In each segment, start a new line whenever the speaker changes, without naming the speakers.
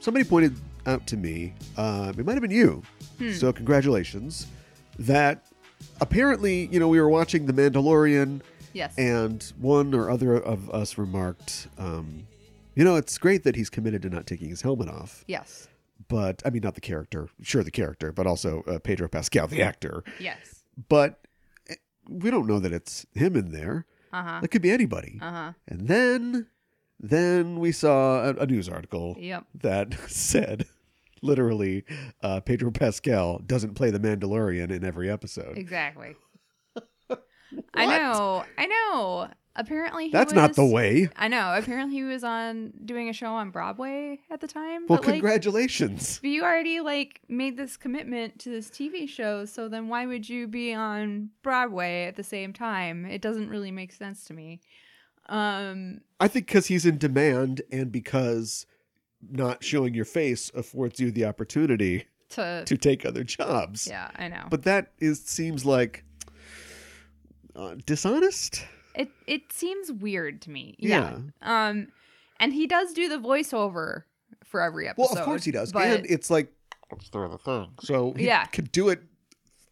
somebody pointed out to me, um, it might have been you, so congratulations, that apparently, you know, we were watching The Mandalorian
Yes.
and one or other of us remarked, um, you know, it's great that he's committed to not taking his helmet off,
yes.
but I mean, not the character, sure, the character, but also uh, Pedro Pascal, the actor.
Yes.
But eh, we don't know that it's him in there.
Uh huh.
It could be anybody.
Uh huh.
And then, then we saw a, a news article
Yep.
that said, literally, uh, Pedro Pascal doesn't play the Mandalorian in every episode.
Exactly. I know. I know. Apparently, he
That's not the
was-
way.
I know. Apparently, he was on doing a show on Broadway at the time.
Well,
but like,
congratulations.
but you already like made this commitment to this TV show, so then why would you be on Broadway at the same time? It doesn't really make sense to me. Um,
I think because he's in demand and because not showing your face affords you the opportunity
to,
to take other jobs.
yeah, I know.
But that is seems like uh, dishonest.
it it seems weird to me.
Yeah.
Yeah. Um, and he does do the voiceover for every episode.
Well, of course he does,
But
and it's like it's through the thing, so he
Yeah.
could do it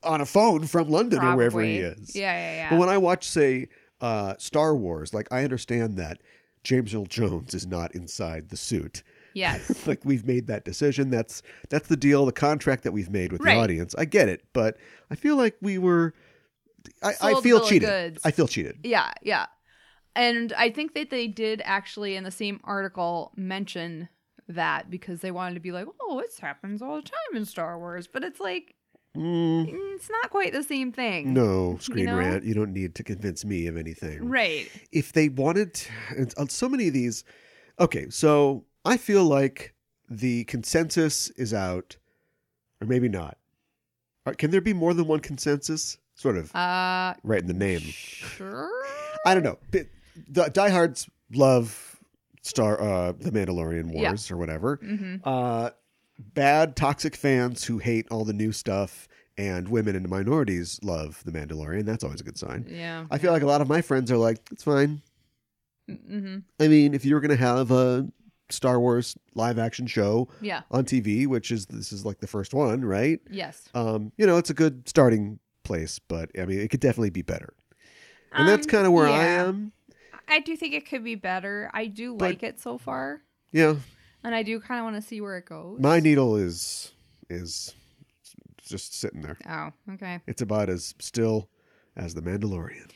on a phone from London or wherever he
probably-
is.
Yeah, yeah, yeah.
But when I watch, say, uh, Star Wars, like I understand that James Earl Jones is not inside the suit.
yes.
like we've made that decision. That's that's the deal, the contract that we've made with
Right.
the audience. I get it, but I feel like we were. I, I
Sold a bill
feel
of
cheated.
goods.
I feel cheated.
Yeah, yeah. And I think that they did actually in the same article mention that because they wanted to be like, oh, this happens all the time in Star Wars. But it's like,
Mm,
mm, it's not quite the same thing.
no, Screen
know?
Rant, you don't need to convince me of anything.
Right.
if they wanted to, and on so many of these okay so i feel like the consensus is out or maybe not Or can there be more than one consensus sort of
Uh,
right in the name
sure.
i don't know But the diehards love star uh the mandalorian
Yeah.
wars or whatever
Mm-hmm.
uh bad toxic fans who hate all the new stuff and women and minorities love the mandalorian that's always a good sign
Yeah.
i feel like a lot of my friends are like it's fine
Mm-hmm.
I mean, if you were going to have a Star Wars live action show
Yeah.
on TV, which is this is like the first one, right?
Yes.
Um, you know, it's a good starting place, but I mean, it could definitely be better. And that's
Um,
kind of where I
yeah.
am.
I do think it could be better. I do
But-
like it so far.
Yeah,
And I do kind of want to see where it goes.
my needle is is just sitting there.
Oh, okay.
It's about as still as the Mandalorian.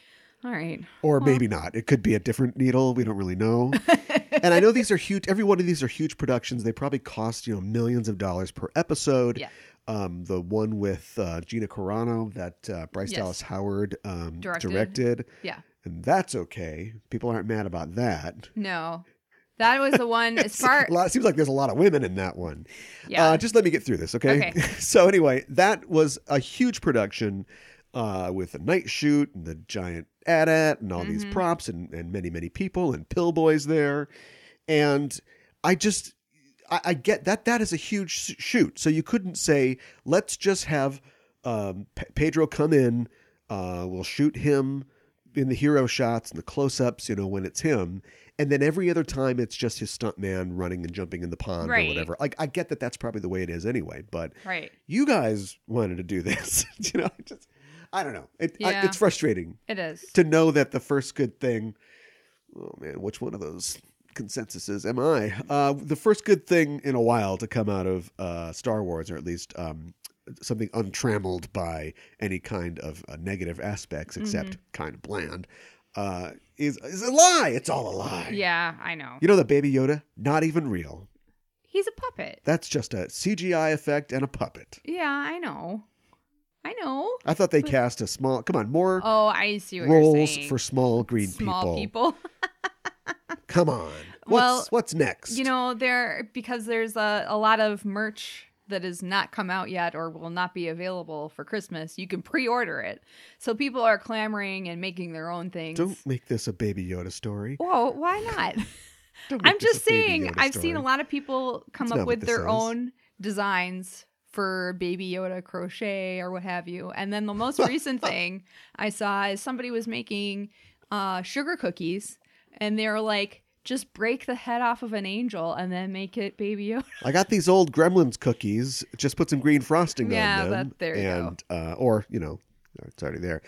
All right.
Or maybe not. It could be a different needle. We don't really know. and I know these are huge. Every one of these are huge productions. They probably cost you know millions of dollars per episode.
Yeah.
Um, the one with uh, Gina Carano that uh, Bryce
Yes.
Dallas Howard um,
Directed.
directed.
Yeah.
and that's okay. People aren't mad about that.
No. That was the one as far.
A lot, it seems like there's a lot of women in that one.
Yeah.
Uh, just let me get through this, okay?
Okay.
so anyway, that was a huge production uh, with a night shoot and the giant AT-AT and all these
Mhm.
props and, and many, many people and pillboys there. And I just, I, I get that that is a huge s- shoot. So you couldn't say, let's just have um, P- Pedro come in, uh, we'll shoot him in the hero shots and the close-ups, you know, when it's him. And then every other time, it's just his stuntman running and jumping in the pond
Right.
or whatever. Like I get that that's probably the way it is anyway, but
right.
you guys wanted to do this, you know. I Just I don't know. It,
Yeah.
I, it's frustrating
It is.
to know that the first good thing. Oh man, which one of those consensuses am I? Uh, the first good thing in a while to come out of uh, Star Wars, or at least um, something untrammeled by any kind of uh, negative aspects, except
Mm-hmm.
kind of bland, uh, is is a lie. It's all a lie.
Yeah, I know.
You know the Baby Yoda? Not even real.
He's a puppet.
That's just a CGI effect and a puppet.
Yeah, I know. I know.
I thought they cast a small. Come on, more
Oh, I see what you're
roles
saying.
for small green
small
people.
people.
Come on. What's,
Well,
what's next?
you know, there because there's a, a lot of merch that has not come out yet or will not be available for Christmas. You can pre-order it. So people are clamoring and making their own things.
don't make this a Baby Yoda story.
Whoa, why not?
Don't make
I'm
this
just
a Baby
saying
Yoda
I've seen a
story.
lot of people come
That's
up
not what
with their
this is.
own designs for baby Yoda crochet or what have you. And then the most recent thing I saw is somebody was making uh, sugar cookies and they were like Just break the head off of an angel and then make it Baby Yoda.
I got these old Gremlins cookies. Just put some green frosting
Yeah,
on them.
but there you go.
and, Uh, or you know, oh, it's already there.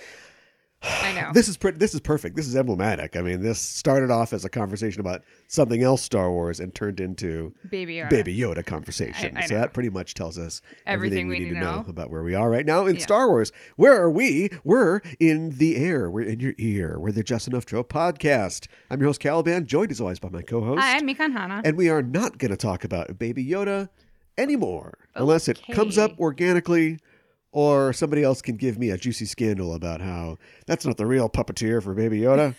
I know.
This is pretty. This is perfect. This is emblematic. I mean, this started off as a conversation about something else Star Wars and turned into
Baby Yoda.
Baby Yoda conversation.
I- I
so
know.
that pretty much tells us
Everything we
need to know.
know.
about where we are right now in
Yeah.
Star Wars. Where are we? We're in the air. We're in your ear. We're the Just Enough Joe podcast. I'm your host Caliban, joined as always by my co-host,
Hi, I'm Mikan Hana.
and we are not going to talk about Baby Yoda anymore unless it comes up
Okay.
organically. Or somebody else can give me a juicy scandal about how that's not the real puppeteer for Baby Yoda.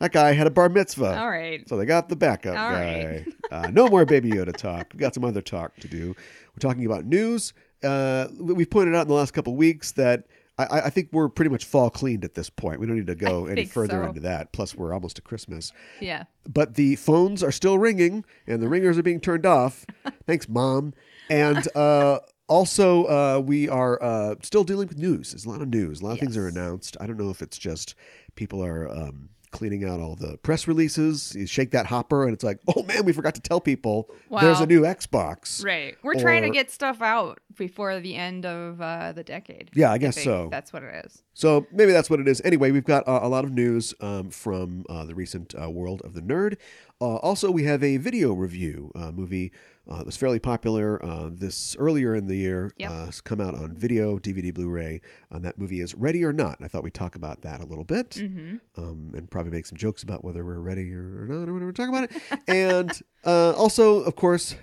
that guy had a bar mitzvah.
All right.
So they got the backup
All
guy.
right.
uh, no more Baby Yoda talk. We've got some other talk to do. We're talking about news. Uh, we- we've pointed out in the last couple weeks that I- I, I think we're pretty much fall cleaned at this point. We don't need to go
I
any
think
further
so.
into that. Plus, we're almost to Christmas.
Yeah.
But the phones are still ringing and the ringers are being turned off. Thanks, Mom. And uh, also, uh, we are uh, still dealing with news. There's a lot of news. A lot of things are
Yes.
announced. I don't know if it's just people are um, cleaning out all the press releases. You shake that hopper and it's like, oh man, we forgot to tell people there's
Wow.
a new Xbox.
Right. We're trying to
Or-
get stuff out before the end of uh, the decade.
Yeah, I guess
think
so.
That's what it is.
So maybe that's what it is. Anyway, we've got uh, a lot of news um, from uh, the recent uh, world of the nerd. Uh, also, we have a video review uh, movie uh, that was fairly popular uh, this earlier in the year.
Yep.
Uh, it's come out on video, DVD, Blu-ray. And that movie is Ready or Not. And I thought we'd talk about that a little bit
Mm-hmm.
um, and probably make some jokes about whether we're ready or, or not or whatever. Talk about it, and uh, also, of course,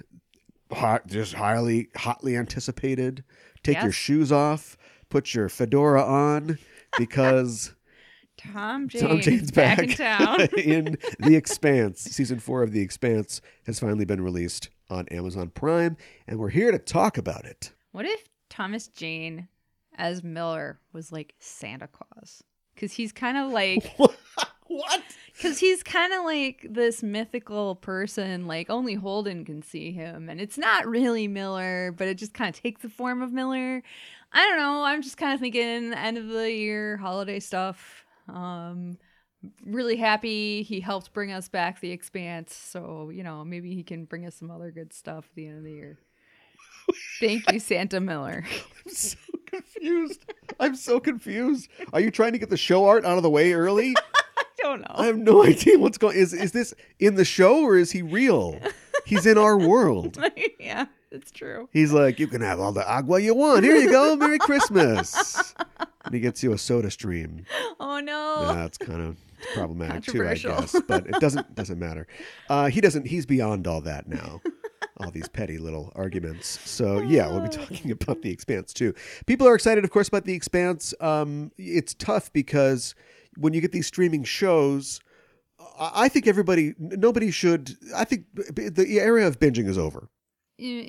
hot, just highly, hotly anticipated. Take your
Yes.
shoes off, put your fedora on, because
Tom Jane's,
Tom Jane's
back.
back,
in town.
in The Expanse. Season four of The Expanse has finally been released on Amazon Prime, and we're here to talk about it.
what if Thomas Jane as Miller was like Santa Claus? Because he's kind of like,
What?
because he's kind of like this mythical person, like only Holden can see him. And it's not really Miller, but it just kind of takes the form of Miller. I don't know. I'm just kind of thinking end of the year, holiday stuff. Um, really happy he helped bring us back the expanse. So, you know, maybe he can bring us some other good stuff at the end of the year. Thank you, Santa Miller.
I'm so confused. I'm so confused. Are you trying to get the show art out of the way early?
I don't know.
I have no idea what's going. Is is this in the show or is he real? He's in our world.
yeah, it's true.
He's like, you can have all the agua you want. Here you go. Merry Christmas. And he gets you a soda stream.
Oh no.
That's kind of problematic too, I
Controversial.
guess. But it doesn't doesn't matter. Uh, he doesn't. He's beyond all that now. All these petty little arguments. So yeah, we'll
Oh.
be talking about the Expanse too. People are excited, of course, about the Expanse. Um, it's tough because when you get these streaming shows, I I think everybody, n- nobody should. I think b- the area of binging is over.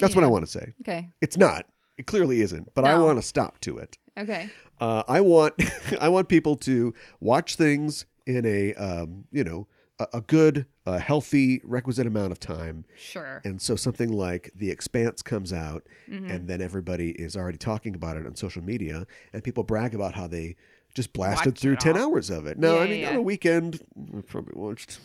That's what I want to say.
Okay.
It's not. It clearly isn't. But I
No.
want to stop to it.
Okay.
Uh, I want I want people to watch things in a um, you know a, a good, a healthy, requisite amount of time.
Sure.
And so something like The Expanse comes out,
Mhm.
and then everybody is already talking about it on social media, and people brag about how they just blasted
Watched it
through ten
all.
hours of it. Now,
Yeah,
I mean,
yeah,
on
yeah.
a weekend, I probably watched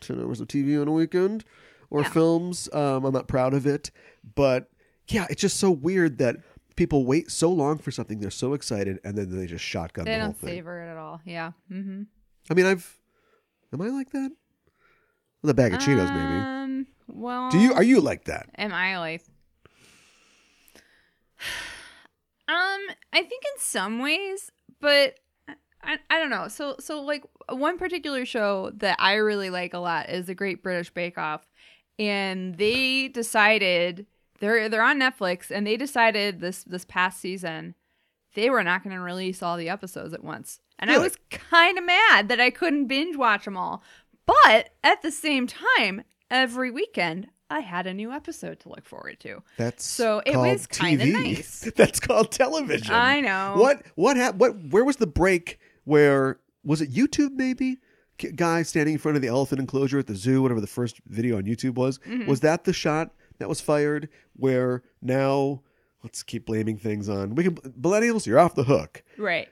ten hours of TV on a weekend or
Yeah.
films. Um, I'm not proud of it, but yeah, it's just so weird that people wait so long for something. They're so excited, and then they just shotgun
They
the whole
don't
thing.
savor it at all. Yeah. Mm-hmm.
I mean, I've am I like that? With a bag of Cheetos, maybe.
Um, well,
Do you are you like that?
Am I like? Um, I think in some ways, but I, I don't know. So so like one particular show that I really like a lot is The Great British Bake Off, and they decided they're they're on Netflix, and they decided this this past season they were not going to release all the episodes at once, and I
Really?
was kind of mad that I couldn't binge watch them all. But at the same time, every weekend I had a new episode to look forward to.
That's
So it
called
was kinda
TV.
nice.
That's called television.
I know.
What what hap- what where was the break where was it YouTube maybe? K- guy standing in front of the elephant enclosure at the zoo whatever the first video on YouTube was.
Mm-hmm.
Was that the shot that was fired where now let's keep blaming things on we can millennials you're off the hook.
Right.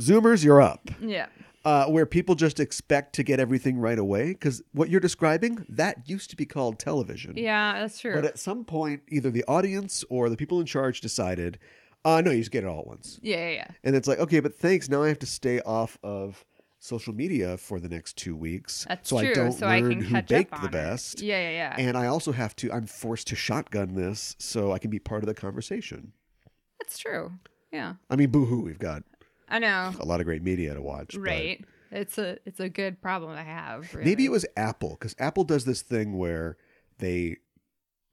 Zoomers you're up.
Yeah.
uh, where people just expect to get everything right away. Because what you're describing, that used to be called television.
Yeah, that's true.
But at some point, either the audience or the people in charge decided, uh, no, you just get it all at once.
yeah, yeah, yeah.
And it's like, okay, but thanks. Now I have to stay off of social media for the next two weeks.
That's
so
true.
I don't
so
learn
I can
who
catch
baked
up on
the
it.
best.
Yeah, yeah, yeah.
And I also have to, I'm forced to shotgun this so I can be part of the conversation.
that's true. Yeah,
I mean, boo hoo, we've got
I know.
a lot of great media to watch. but-
Right. It's a it's a good problem to have. Really.
Maybe it was Apple because Apple does this thing where they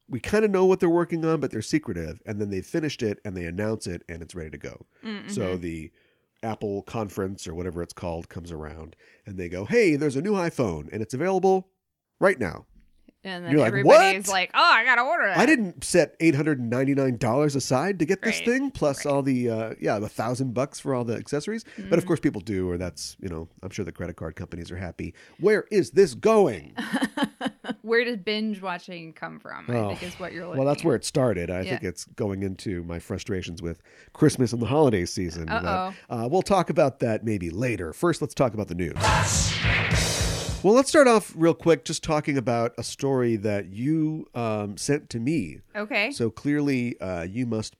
we kind of know what they're working on, but they're secretive, and then they finished it and they announce it and it's ready to go.
Mm,
So
mhm.
the Apple conference or whatever it's called comes around and they go, "Hey, there's a new iPhone and it's available right now."
and then
you're like,
everybody's
"What?"
like, oh, I gotta order that.
I didn't set eight hundred and ninety nine dollars aside to get this
Right, Mm-hmm.
thing, plus all the uh, yeah, the thousand bucks for all the accessories. But of course, people do, or that's you know, I'm sure the credit card companies are happy. Where is this going?
Mm. Where does binge watching come from?
Oh,
I think is what you're looking.
Well, that's
at.
where it started. I
Yeah.
think it's going into my frustrations with Christmas and the holiday season. but,
Uh-oh.
uh, we'll talk about that maybe later. First, let's talk about the news. Well, let's start off real quick just talking about a story that you um, sent to me.
Okay.
So clearly, uh, you must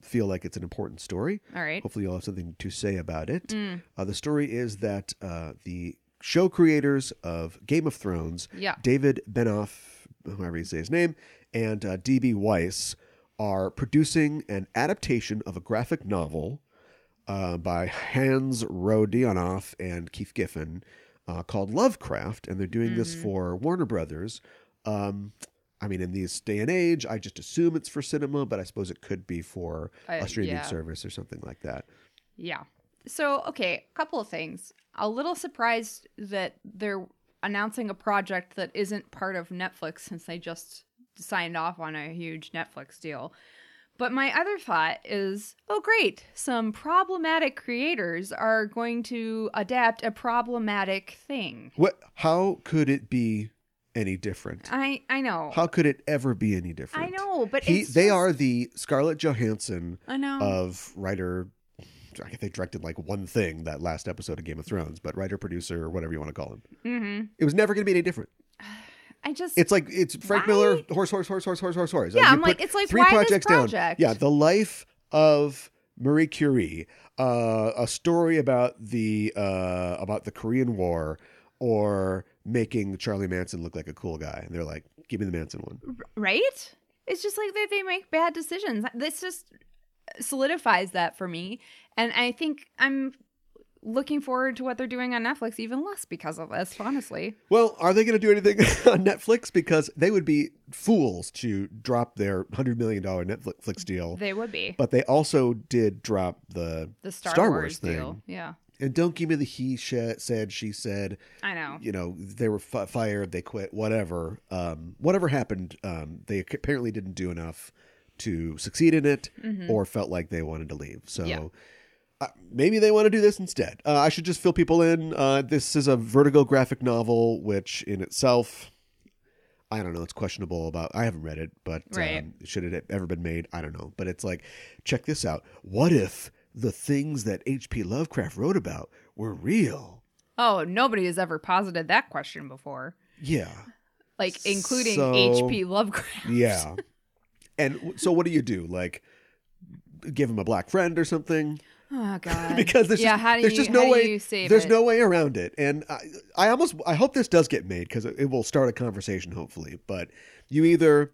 feel like it's an important story.
All right. Mm.
Hopefully, you'll have something to say about it. Uh, the story is that uh, the show creators of Game of Thrones,
Yeah.
David Benoff, however you say his name, and uh, D.B. Weiss, are producing an adaptation of a graphic novel uh, by Hans Rodionoff and Keith Giffen uh, called Lovecraft, and they're doing this
Mm-hmm.
for Warner Brothers. Um, I mean, in this day and age, I just assume it's for cinema, but I suppose it could be for
Uh,
a streaming
yeah.
service or something like that.
Yeah. So, okay, a couple of things. A little surprised that they're announcing a project that isn't part of Netflix since they just signed off on a huge Netflix deal. But my other thought is oh, great, some problematic creators are going to adapt a problematic thing.
What? How could it be any different?
I, I know.
How could it ever be any different?
I know, but
He,
it's
they
just- Um.
are the Scarlett Johansson
I know.
of writer. I think they directed like one thing that last episode of Game of Thrones, but writer, producer, or whatever you want to call him.
hmm
It was never going to be any different.
I just.
It's like it's Frank
Why?
Miller, horse, horse, horse, horse, horse, horse, horse.
Yeah,
you
I'm
put
like, it's like,
three
why this
projects down.
project?
Yeah, the life of Marie Curie, uh, a story about the uh, about the Korean War, or making Charlie Manson look like a cool guy. And they're like, give me the Manson one.
right? It's just like that they make bad decisions. This just solidifies that for me. And I think I'm looking forward to what they're doing on Netflix even less because of this, honestly.
Well, are they going to do anything on Netflix? Because they would be fools to drop their hundred million dollar Netflix deal.
They would be.
But they also did drop the
The Star,
Star
Wars,
Wars thing.
deal. Yeah.
and don't give me the he sh- said she said.
I know.
you know they were fi fired they quit whatever um, whatever happened um, they ac- apparently didn't do enough to succeed in it or felt like they wanted to leave so
Mm-hmm. Yeah.
uh, maybe they want to do this instead uh, i should just fill people in uh, this is a vertigo graphic novel which in itself I don't know. It's questionable about. I haven't read it, but
Right.
um, should it have ever been made? I don't know. But it's like, check this out. What if the things that H.P. Lovecraft wrote about were real?
Oh, nobody has ever posited that question before.
Yeah.
Like including
So-
HP Lovecraft.
Yeah. And w- so what do you do? Like give him a black friend or something
Oh god.
because there's
yeah,
just,
how do
there's
you,
just no
how do
way
you save
there's
it?
no way around it and I, I almost i hope this does get made because it, it will start a conversation hopefully but you either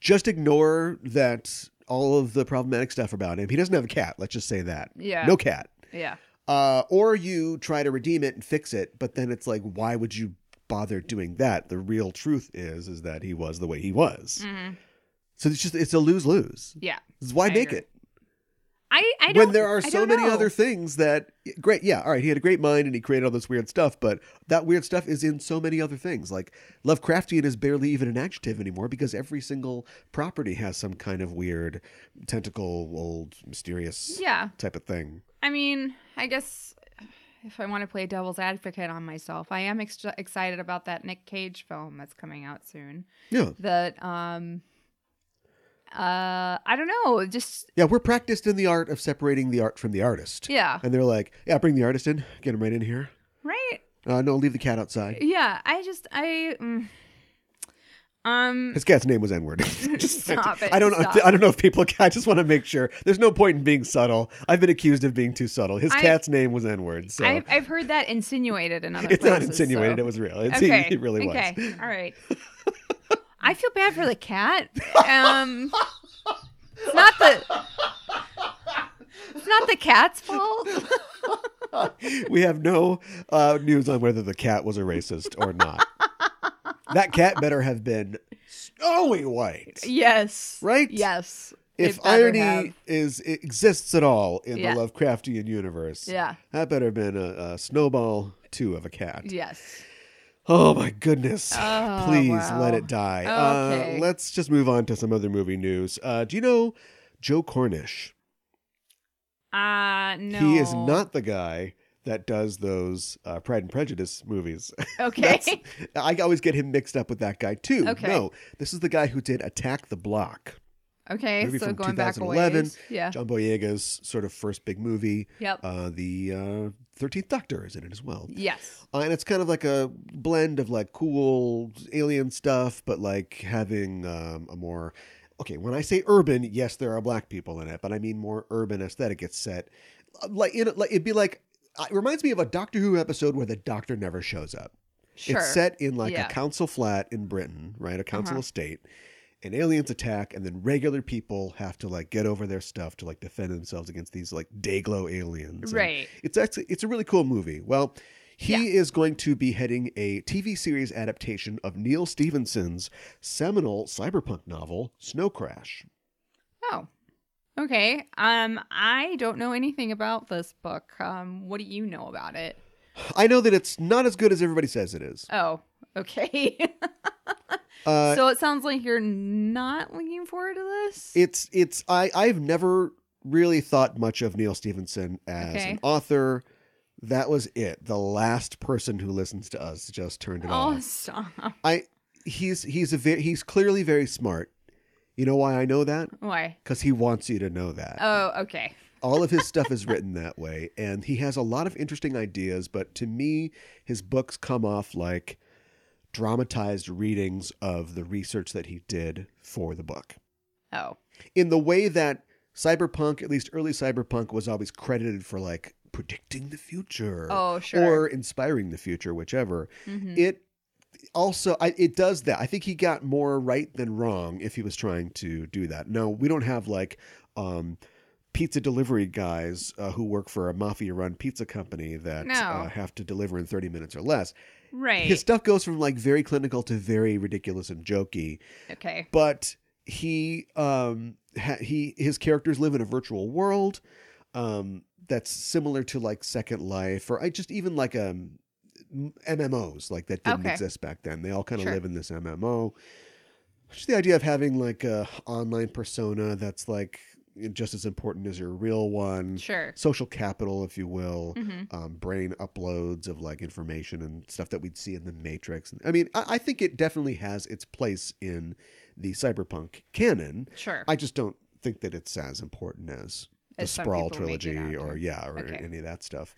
just ignore that all of the problematic stuff about him he doesn't have a cat let's just say that
Yeah.
no cat
Yeah.
uh, or you try to redeem it and fix it but then it's like why would you bother doing that the real truth is is that he was the way he was
Mhm.
so it's just it's a lose lose.
Yeah.
Why
I
make
agree.
it
I, I don't
when there are
I
so
don't
many
know.
other things that great? Yeah, all right. He had a great mind and he created all this weird stuff, but that weird stuff is in so many other things. Like Lovecraftian is barely even an adjective anymore because every single property has some kind of weird tentacle, old, mysterious
Yeah.
type of thing.
I mean, I guess if I want to play devil's advocate on myself, I am ex- excited about that Nick Cage film that's coming out soon.
Yeah,
That um uh I don't know, just
yeah. We're practiced in the art of separating the art from the artist.
yeah.
And they're like, yeah, bring the artist in, get him right in here.
right?
Uh, no, leave the cat outside.
Yeah, I just I mm. um
His cat's name was N word.
Stop it,
I don't know.
stop.
I don't know if people. I just want to make sure. There's no point in being subtle. I've been accused of being too subtle. His
I-
cat's name was N word. So
I've, I've heard that insinuated in other
it's not
places,
insinuated.
so-
It was real. It's,
okay.
It really was.
Okay. All right. I feel bad for the cat. Um, it's not the. It's not the cat's fault.
we have no uh, news on whether the cat was a racist or not. that cat better have been snowy white.
Yes.
Right?
Yes.
If
It better
irony
have.
is it exists at all in
Yeah.
the Lovecraftian universe,
Yeah.
that better have been a, a snowball two of a cat.
Yes.
Oh my goodness!
Oh,
Please
wow.
let it die.
Okay.
Uh, let's just move on to some other movie news. Uh, do you know Joe Cornish?
Uh no.
He is not the guy that does those uh, Pride and Prejudice movies.
okay.
That's- I always get him mixed up with that guy too.
Okay.
No, this is the guy who did Attack the Block,
Okay.
movie
So
from
going back a
2011.
ways. Yeah.
John Boyega's sort of first big movie.
Yep.
Uh, the Thirteenth Doctor is in it as well,
yes.
uh, and it's kind of like a blend of like cool alien stuff, but like having um, a more okay. When I say urban, yes, there are black people in it, but I mean more urban aesthetic. It's set uh, like in like it'd be like uh, it reminds me of a Doctor Who episode where the Doctor never shows up.
Sure.
It's set in like
Yeah.
a council flat in Britain, right? A council
Uh-huh.
estate. And aliens attack, and then regular people have to like get over their stuff to like defend themselves against these like dayglow aliens. And
Right.
It's actually it's a really cool movie. Well, he
Yeah.
is going to be heading a TV series adaptation of Neil Stevenson's seminal cyberpunk novel Snow Crash.
Oh. Okay. Um, I don't know anything about this book. Um, what do you know about it?
I know that it's not as good as everybody says it is.
Oh. Okay.
Uh,
so it sounds like you're not looking forward to this.
it's it's I I've never really thought much of Neil Stevenson as
Okay.
an author. That was it. The last person who listens to us just turned it
oh,
off.
stop.
I he's he's a ve- he's clearly very smart. You know why I know that?
Why?
Because he wants you to know that.
Oh, okay.
All of his stuff is written that way, and he has a lot of interesting ideas. But to me, his books come off like dramatized readings of the research that he did for the book
Oh,
in the way that cyberpunk, at least early cyberpunk, was always credited for like predicting the future
Oh, sure.
or inspiring the future, whichever.
Mhm.
It also I, it does that. I think he got more right than wrong if he was trying to do that. No, we don't have like um, pizza delivery guys uh, who work for a mafia-run pizza company that
No.
uh, have to deliver in 30 minutes or less.
right.
His stuff goes from like very clinical to very ridiculous and jokey
okay.
but he um ha- he his characters live in a virtual world um that's similar to like second life or i just even like um mmos like that didn't
Okay.
exist back then they all kind of
Sure.
live in this mmo just the idea of having like a online persona that's like just as important as your real one
Sure.
social capital if you will
hmm
um, brain uploads of like information and stuff that we'd see in the Matrix. I mean, I, I think it definitely has its place in the cyberpunk canon.
Sure.
I just don't think that it's as important as the
As some
Sprawl
people make it
trilogy
out
or
to.
yeah, or
Okay.
any of that stuff.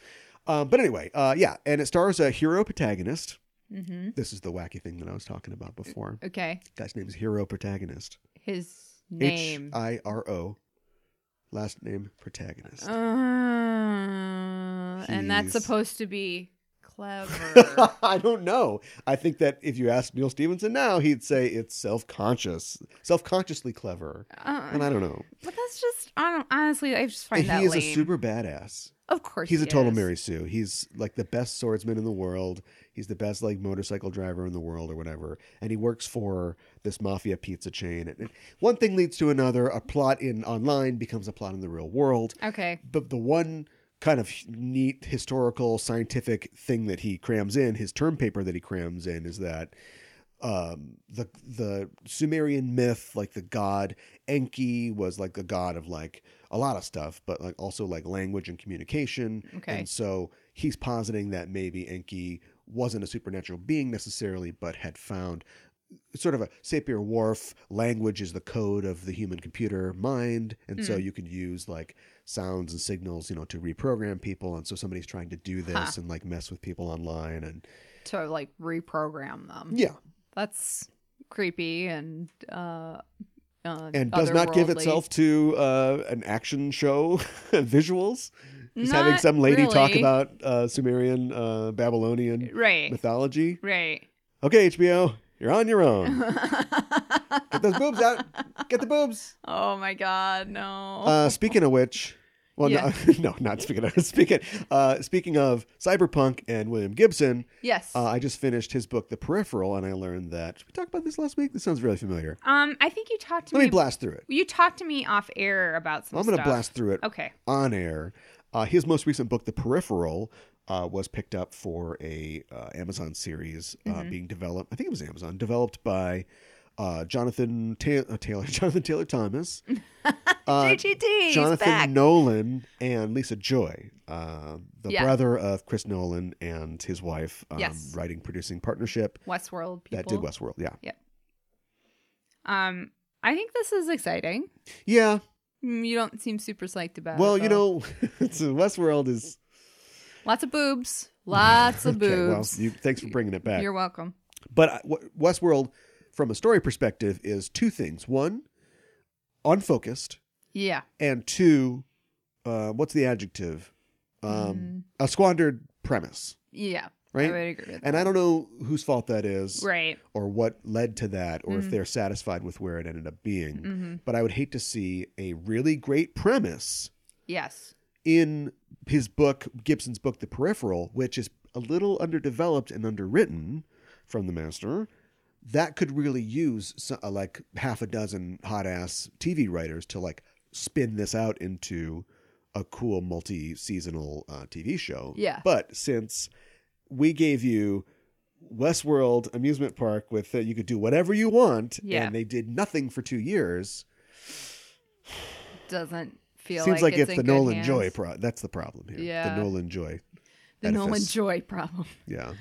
Um, but anyway, uh, yeah, and it stars a hero protagonist.
hmm
This is the wacky thing that I was talking about before.
Okay.
Guy's name is Hero Protagonist.
His
H
name.
I R O. Last name Protagonist.
Uh, and that's
He's-
supposed to be clever. Uh,
I don't know. I think that if you asked Neil Stevenson now, he'd say it's self-conscious, self-consciously clever.
Uh,
And I don't know.
but that's just, I don't, honestly, I just find
And
that
he is
lame.
a super badass.
of course,
He's
he
a total
is.
Mary Sue. He's like the best swordsman in the world. He's the best like motorcycle driver in the world or whatever. And he works for this mafia pizza chain. And one thing leads to another. A plot in online becomes a plot in the real world.
Okay.
But the one kind of neat historical scientific thing that he crams in his term paper that he crams in is that um, the the Sumerian myth, like the god Enki, was like the god of like a lot of stuff, but like also like language and communication.
Okay.
And so he's positing that maybe Enki wasn't a supernatural being necessarily, but had found sort of a Sapir-Whorf language is the code of the human computer mind, and so
Hmm.
you can use like sounds and signals, you know, to reprogram people. And so somebody's trying to do this
Huh.
and like mess with people online, and
to like reprogram them.
yeah,
That's creepy and uh, uh
and does not give
otherworldly.
itself to uh, an action show visuals. Just having
Not
some lady talk
really.
about uh, Sumerian, uh, Babylonian
right,
mythology.
right.
Okay, HBO, you're on your own. Get those boobs out. Get the boobs.
oh my god, no.
Uh, speaking of which, well, no, no, not speaking of. Speaking, uh, speaking of cyberpunk and William Gibson,
yes.
uh, I just finished his book, The Peripheral, and I learned that. Did we talk about this last week? This sounds really familiar.
um, I think you talked to
Let
me.
me blast through it.
you talked to me off air about some.
I'm going to
stuff.
blast through it
Okay.
on air. Uh, his most recent book, The Peripheral, uh, was picked up for a uh, Amazon series uh,
Mhm.
being developed. I think it was Amazon developed by uh, Jonathan Ta- uh, Taylor, Jonathan Taylor Thomas, uh,
JGT, he's
Jonathan
back.
Nolan, and Lisa Joy, uh, the
Yeah.
brother of Chris Nolan and his wife, um,
Yes.
writing producing partnership
Westworld people.
that did Westworld. Yeah,
Um, I think this is exciting.
yeah.
Mm, You don't seem super psyched about.
well,
it,
you
though.
know, so Westworld is
lots of boobs, lots of
Okay, well,
boobs.
you, thanks for bringing it back.
You're welcome.
But I- w- Westworld, from a story perspective, is two things: one, unfocused,
Yeah.
and two, uh, what's the adjective?
Mm.
Um, A squandered premise,
Mm-hmm. Yeah.
right?
I would agree with that.
And I don't know whose fault that is,
Right.
or what led to that, or if they're satisfied with where it ended up being.
Mm-hmm.
But I would hate to see a really great premise
Yes.
in his book, Gibson's book, The Peripheral, which is a little underdeveloped and underwritten from the master, that could really use so- uh, like half a dozen hot ass TV writers to like spin this out into a cool multi seasonal uh, TV show.
Yeah.
But since we gave you Westworld amusement park with uh, you could do whatever you want,
Yeah.
and they did nothing for two years.
Doesn't feel
Seems like,
like,
it's,
in
the
good
Nolan
hands.
Joy pro. That's the problem here.
Yeah.
The Nolan Joy.
The Nolan
edifice.
Joy problem.
Yeah.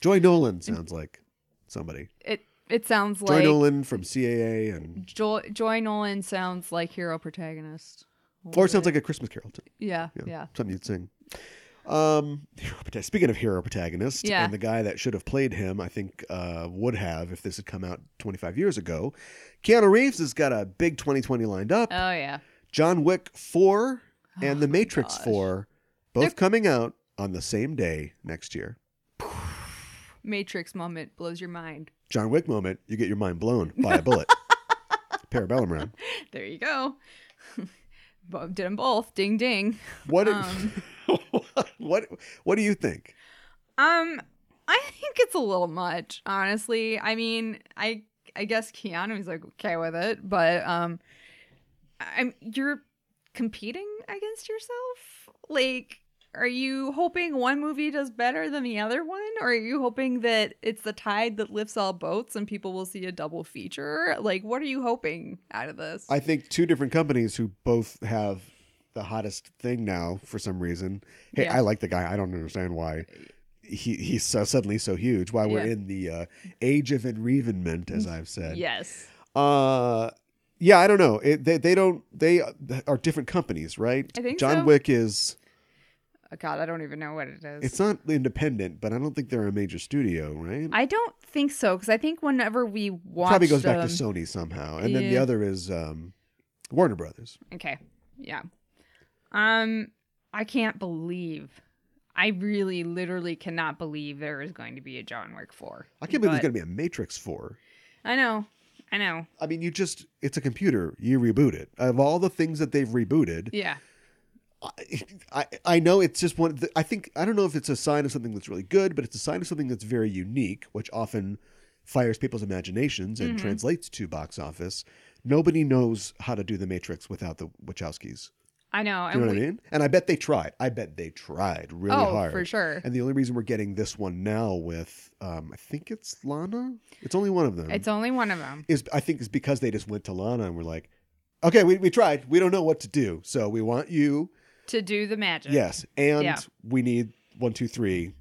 Joy Nolan sounds like somebody.
It it sounds
Joy
like
Nolan from CAA and
Joy Joy Nolan sounds like hero protagonist.
or it sounds like a Christmas Carol. Too.
yeah,
Yeah,
yeah.
Something you'd sing. Um, hero protagonist- speaking of hero protagonist,
Yeah.
and the guy that should have played him, I think uh, would have if this had come out 25 years ago. Keanu Reeves has got a big 2020 lined up.
Oh yeah.
John Wick 4 and
Oh
The
my
Matrix
gosh.
4 both
They're-
coming out on the same day next year.
Matrix moment blows your mind.
John Wick moment, you get your mind blown by a bullet. Parabellum round.
There you go. Bo- Did them both. Ding ding.
What
Um.
what what do you think?
Um, I think it's a little much, honestly. I mean, I I guess Keanu's like okay with it, but um, I'm you're competing against yourself. Like, are you hoping one movie does better than the other one, or are you hoping that it's the tide that lifts all boats and people will see a double feature? Like, what are you hoping out of this?
I think two different companies who both have the hottest thing now for some reason. Hey,
Yeah.
I like the guy. I don't understand why he he's so suddenly so huge. Why we're
Yeah. Mm.
in the uh, age of enrevenment, as I've said.
yes.
Uh, yeah, I don't know. It, they they don't they uh, are different companies, right?
I think
John
so.
Wick is
Oh, God, I don't even know what it is.
it's not independent, but I don't think they're a major studio, right?
I don't think so because I think whenever we watched,
Probably goes back
um,
to Sony somehow, and then the
yeah.
other is um, Warner Brothers.
Okay. Yeah. Um I can't believe I really literally cannot believe there is going to be a John Wick 4.
I can't believe there's
But-
going to be a Matrix 4.
I know. I know.
I mean, you just, it's a computer. You reboot it. Of all the things that they've rebooted,
Yeah.
I, I know it's just one. I think, I don't know if it's a sign of something that's really good, but it's a sign of something that's very unique, which often fires people's imaginations and
Mhm.
translates to box office. Nobody knows how to do the Matrix without the Wachowskis.
I know.
You know
and
what I
we-
mean? And I bet they tried. I bet they tried really
oh,
hard.
for sure.
And the only reason we're getting this one now with, um, I think it's Lana. It's only one of them
It's only one of them.
is I think is because they just went to Lana and were like, okay, we, we tried. We don't know what to do. So we want you.
To do the magic.
Yes. And
Yeah.
we need one, two, three.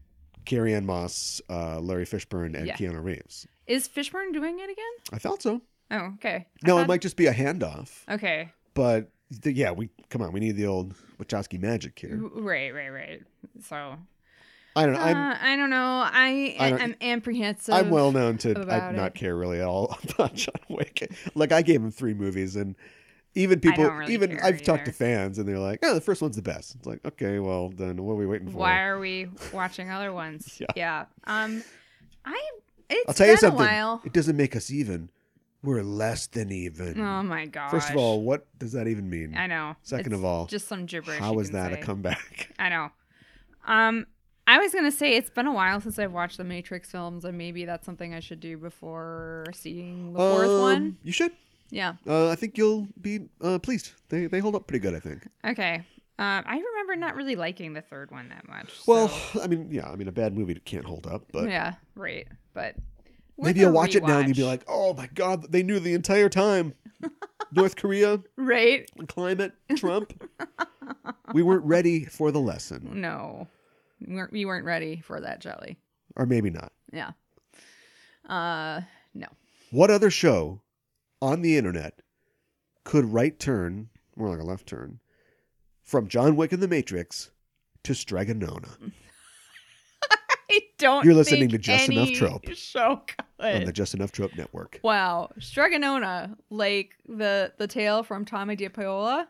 Carrie Ann Moss, uh, Larry Fishburne, and
Yeah.
Keanu Reeves.
Is Fishburne doing it again?
I thought so.
Oh, okay. I
No, it
thought-
might just be a handoff,
Okay.
but th- yeah, we come on. We need the old Wachowski magic here.
W- Right, right, right. So
I don't
uh,
know. I'm
I don't know. I,
I don't-
am apprehensive.
I'm well known to I
about
not
it.
care really at all about John Wick. Like I gave him three movies, and even people,
don't really
even
care
I've talked to
either.
fans, and they're like, "Oh, the first one's the best." It's like, okay, well then, what are we waiting for?
Why are we watching other ones?
Yeah.
Um, I. It's
I'll tell you
been
something.
a while.
It doesn't make us even. We're less than even.
Oh my gosh.
First of all, what does that even mean?
I know.
Second
It's
of all,
just some gibberish.
How
you
is
can
that
say.
a comeback?
I know. Um, I was gonna say it's been a while since I've watched the Matrix films, and maybe that's something I should do before seeing the fourth
Um,
one.
You should.
Yeah.
Uh, I think you'll be uh, pleased. They they hold up pretty good. I think.
Okay. Um, I remember not really liking the third one that much.
Well,
so-
I mean, yeah, I mean, a bad movie can't hold up, but
yeah, right. But with
maybe
a
you'll watch it now and you'll be like,
rewatch-
oh my god, they knew the entire time. North Korea,
right?
climate, Trump. we weren't ready for the lesson,
No, we weren't, we weren't ready for that jelly.
or maybe not.
Yeah. Uh, no.
What other show on the internet could right turn, more like a left turn, from John Wick and the Matrix to Stregonona
I don't.
You're listening
think
to Just Enough
any
Trope.
Show
on
could.
the Just Enough Trope Network?
Wow, Stregonona, like the the tale from Tommy DiPaola.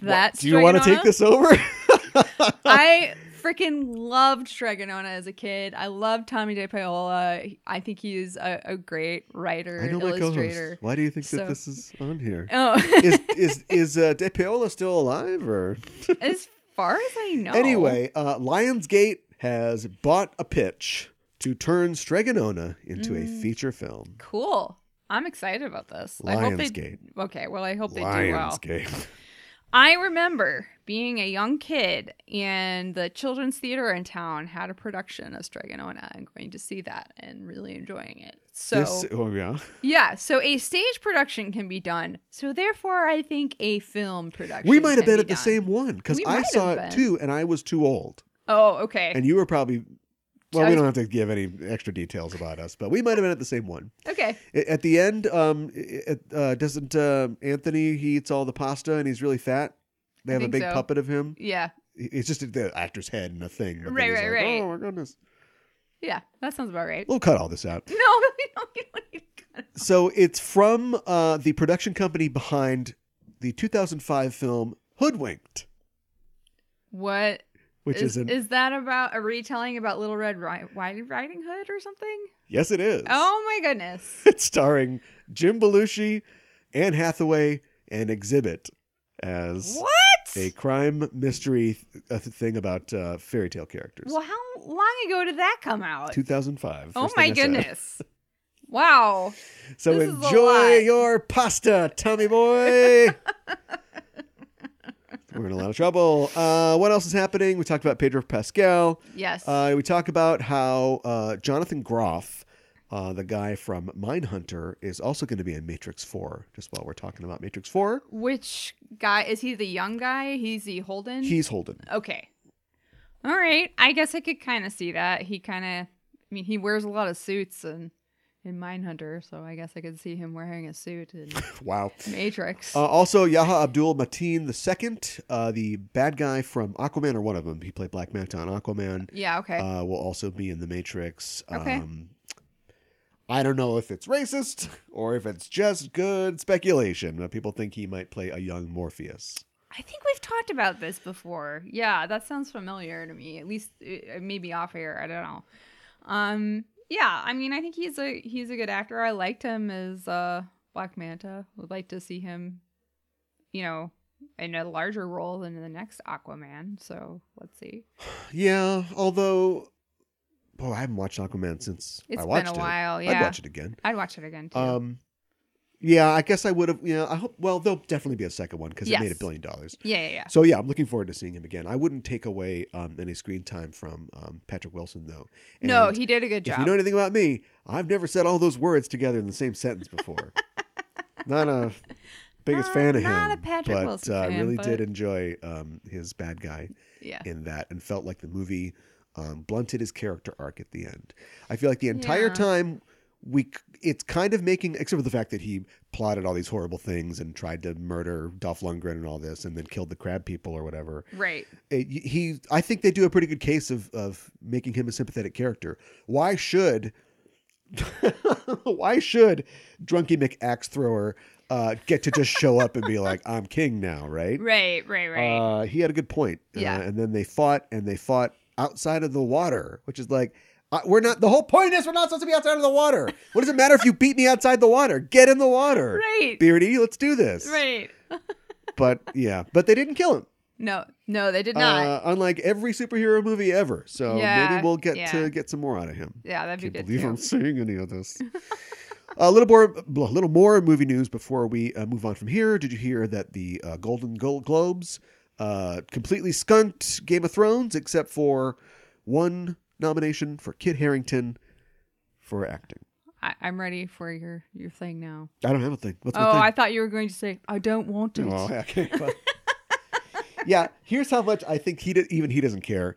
That
What, do you want to take
Stregonona?
this over?
I freaking loved Stregonona as a kid. I loved Tommy DePaola. I think he's a, a great writer
I know
and
my
illustrator.
co-host. Why do you think
So-
that this is on here?
Oh,
is is is uh, De Paola still alive? Or
as far as I know.
anyway, uh, Lionsgate has bought a pitch to turn Stregonona into a feature film.
cool. I'm excited about this. I hope they.
Lionsgate,
Okay, well, I hope they do well.
Lionsgate.
I remember being a young kid and the children's theater in town had a production of Stregonona and going to see that and really enjoying it. So
This- oh yeah,
yeah, so a stage production can be done. So therefore, I think a film production.
we might have been
can be
at the
done.
same one because
We might
I
have
saw it
been.
too, and I was too old,
Oh, okay,
and you were probably. Well,
I
we
was-
don't have to give any extra details about us, but we might have been at the same one.
okay.
A- At the end, um, i- i- uh, doesn't uh, Anthony? He eats all the pasta, and he's really fat. They have
I
a
think
big
so.
puppet of him.
Yeah,
He- It's just the actor's head and a thing. but then
Right,
he's
right,
like,
right.
Oh my goodness!
yeah, that sounds about right.
We'll cut all this out.
No, we don't, we don't need to cut it.
So it's from uh, the production company behind the 2005 film Hoodwinked,
What
which is,
is,
an
is that about a retelling about Little Red Ri- Riding Riding Hood or something?
yes, it is.
Oh my goodness.
it's starring Jim Belushi, Anne Hathaway, and Exhibit as
What?
a crime mystery th- uh, thing about uh, fairy tale characters.
Well, how long ago did that come out?
2005.
Oh
first thing
my
I said.
goodness. wow.
So
This is a
enjoy
lot.
your pasta, Tommy boy. We're in a lot of trouble. Uh, what else is happening? We talked about Pedro Pascal.
Yes.
Uh, we talk about how uh, Jonathan Groff, uh, the guy from Mindhunter, is also going to be in Matrix 4, just while we're talking about Matrix 4.
Which guy is he the young guy? He's the Holden?
He's Holden.
okay. All right. I guess I could kind of see that. He kind of I mean, he wears a lot of suits and in Mindhunter, so I guess I could see him wearing a suit in
Wow.
Matrix.
Uh, also, Yaha Abdul Mateen II, uh, the bad guy from Aquaman, or one of them, he played Black Manta on Aquaman.
yeah, okay.
uh, will also be in the Matrix.
Okay.
Um, I don't know if it's racist or if it's just good speculation, but people think he might play a young Morpheus.
I think we've talked about this before. Yeah, that sounds familiar to me. At least uh, maybe off air. I don't know. Um, yeah, I mean, I think he's a he's a good actor. I liked him as uh, Black Manta. Would like to see him, you know, in a larger role than the next Aquaman. So let's see.
Yeah, although, boy, I haven't watched Aquaman since
It's
I
been
watched
a
it.
while.
I'd
Yeah,
watch it again.
I'd watch it again too.
Um, yeah, I guess I would have. Yeah, I hope. Well, there'll definitely be a second one because
Yes.
it made a billion dollars.
yeah, yeah, yeah.
So yeah, I'm looking forward to seeing him again. I wouldn't take away um, any screen time from um, Patrick Wilson though.
no,
And-
he did a good
If
job.
you know anything about me, I've never said all those words together in the same sentence before. not a biggest
Not-
fan of
Uh, not a
him,
Patrick
but
Wilson
uh, I
fan,
really
but-
did enjoy um, his bad guy
yeah,
in that, and felt like the movie um, blunted his character arc at the end. I feel like the entire
Yeah.
time we c- it's kind of making except for the fact that he plotted all these horrible things and tried to murder Dolph Lundgren and all this and then killed the crab people or whatever.
Right.
It- he I think they do a pretty good case of of making him a sympathetic character. Why should why should Drunky McAxe Thrower uh, get to just show up and be like I'm king now, right?
Right. Right. Right.
Uh, he had a good point. Uh,
Yeah.
and then they fought, and they fought outside of the water, which is like, uh, we're not. The whole point is we're not supposed to be outside of the water. What does it matter if you beat me outside the water? Get in the water,
right.
Beardy. Let's do this.
Right.
But yeah, but they didn't kill him.
No. No, they did not.
Uh, unlike every superhero movie ever. So
Yeah,
maybe we'll get
yeah.
to get some more out of him.
yeah, that'd be
Can't
good.
believe
too.
I'm saying any of this. a little more, a little more movie news before we uh, move on from here. Did you hear that the uh, Golden Glo- Globes uh, completely skunked Game of Thrones, except for one nomination for Kit Harrington for acting?
I, I'm ready for your your thing now.
I don't have a thing. What's my
Oh,
thing?
I thought you were going to say I don't want it.
Oh, okay. well. yeah, here's how much I think he did, even he doesn't care.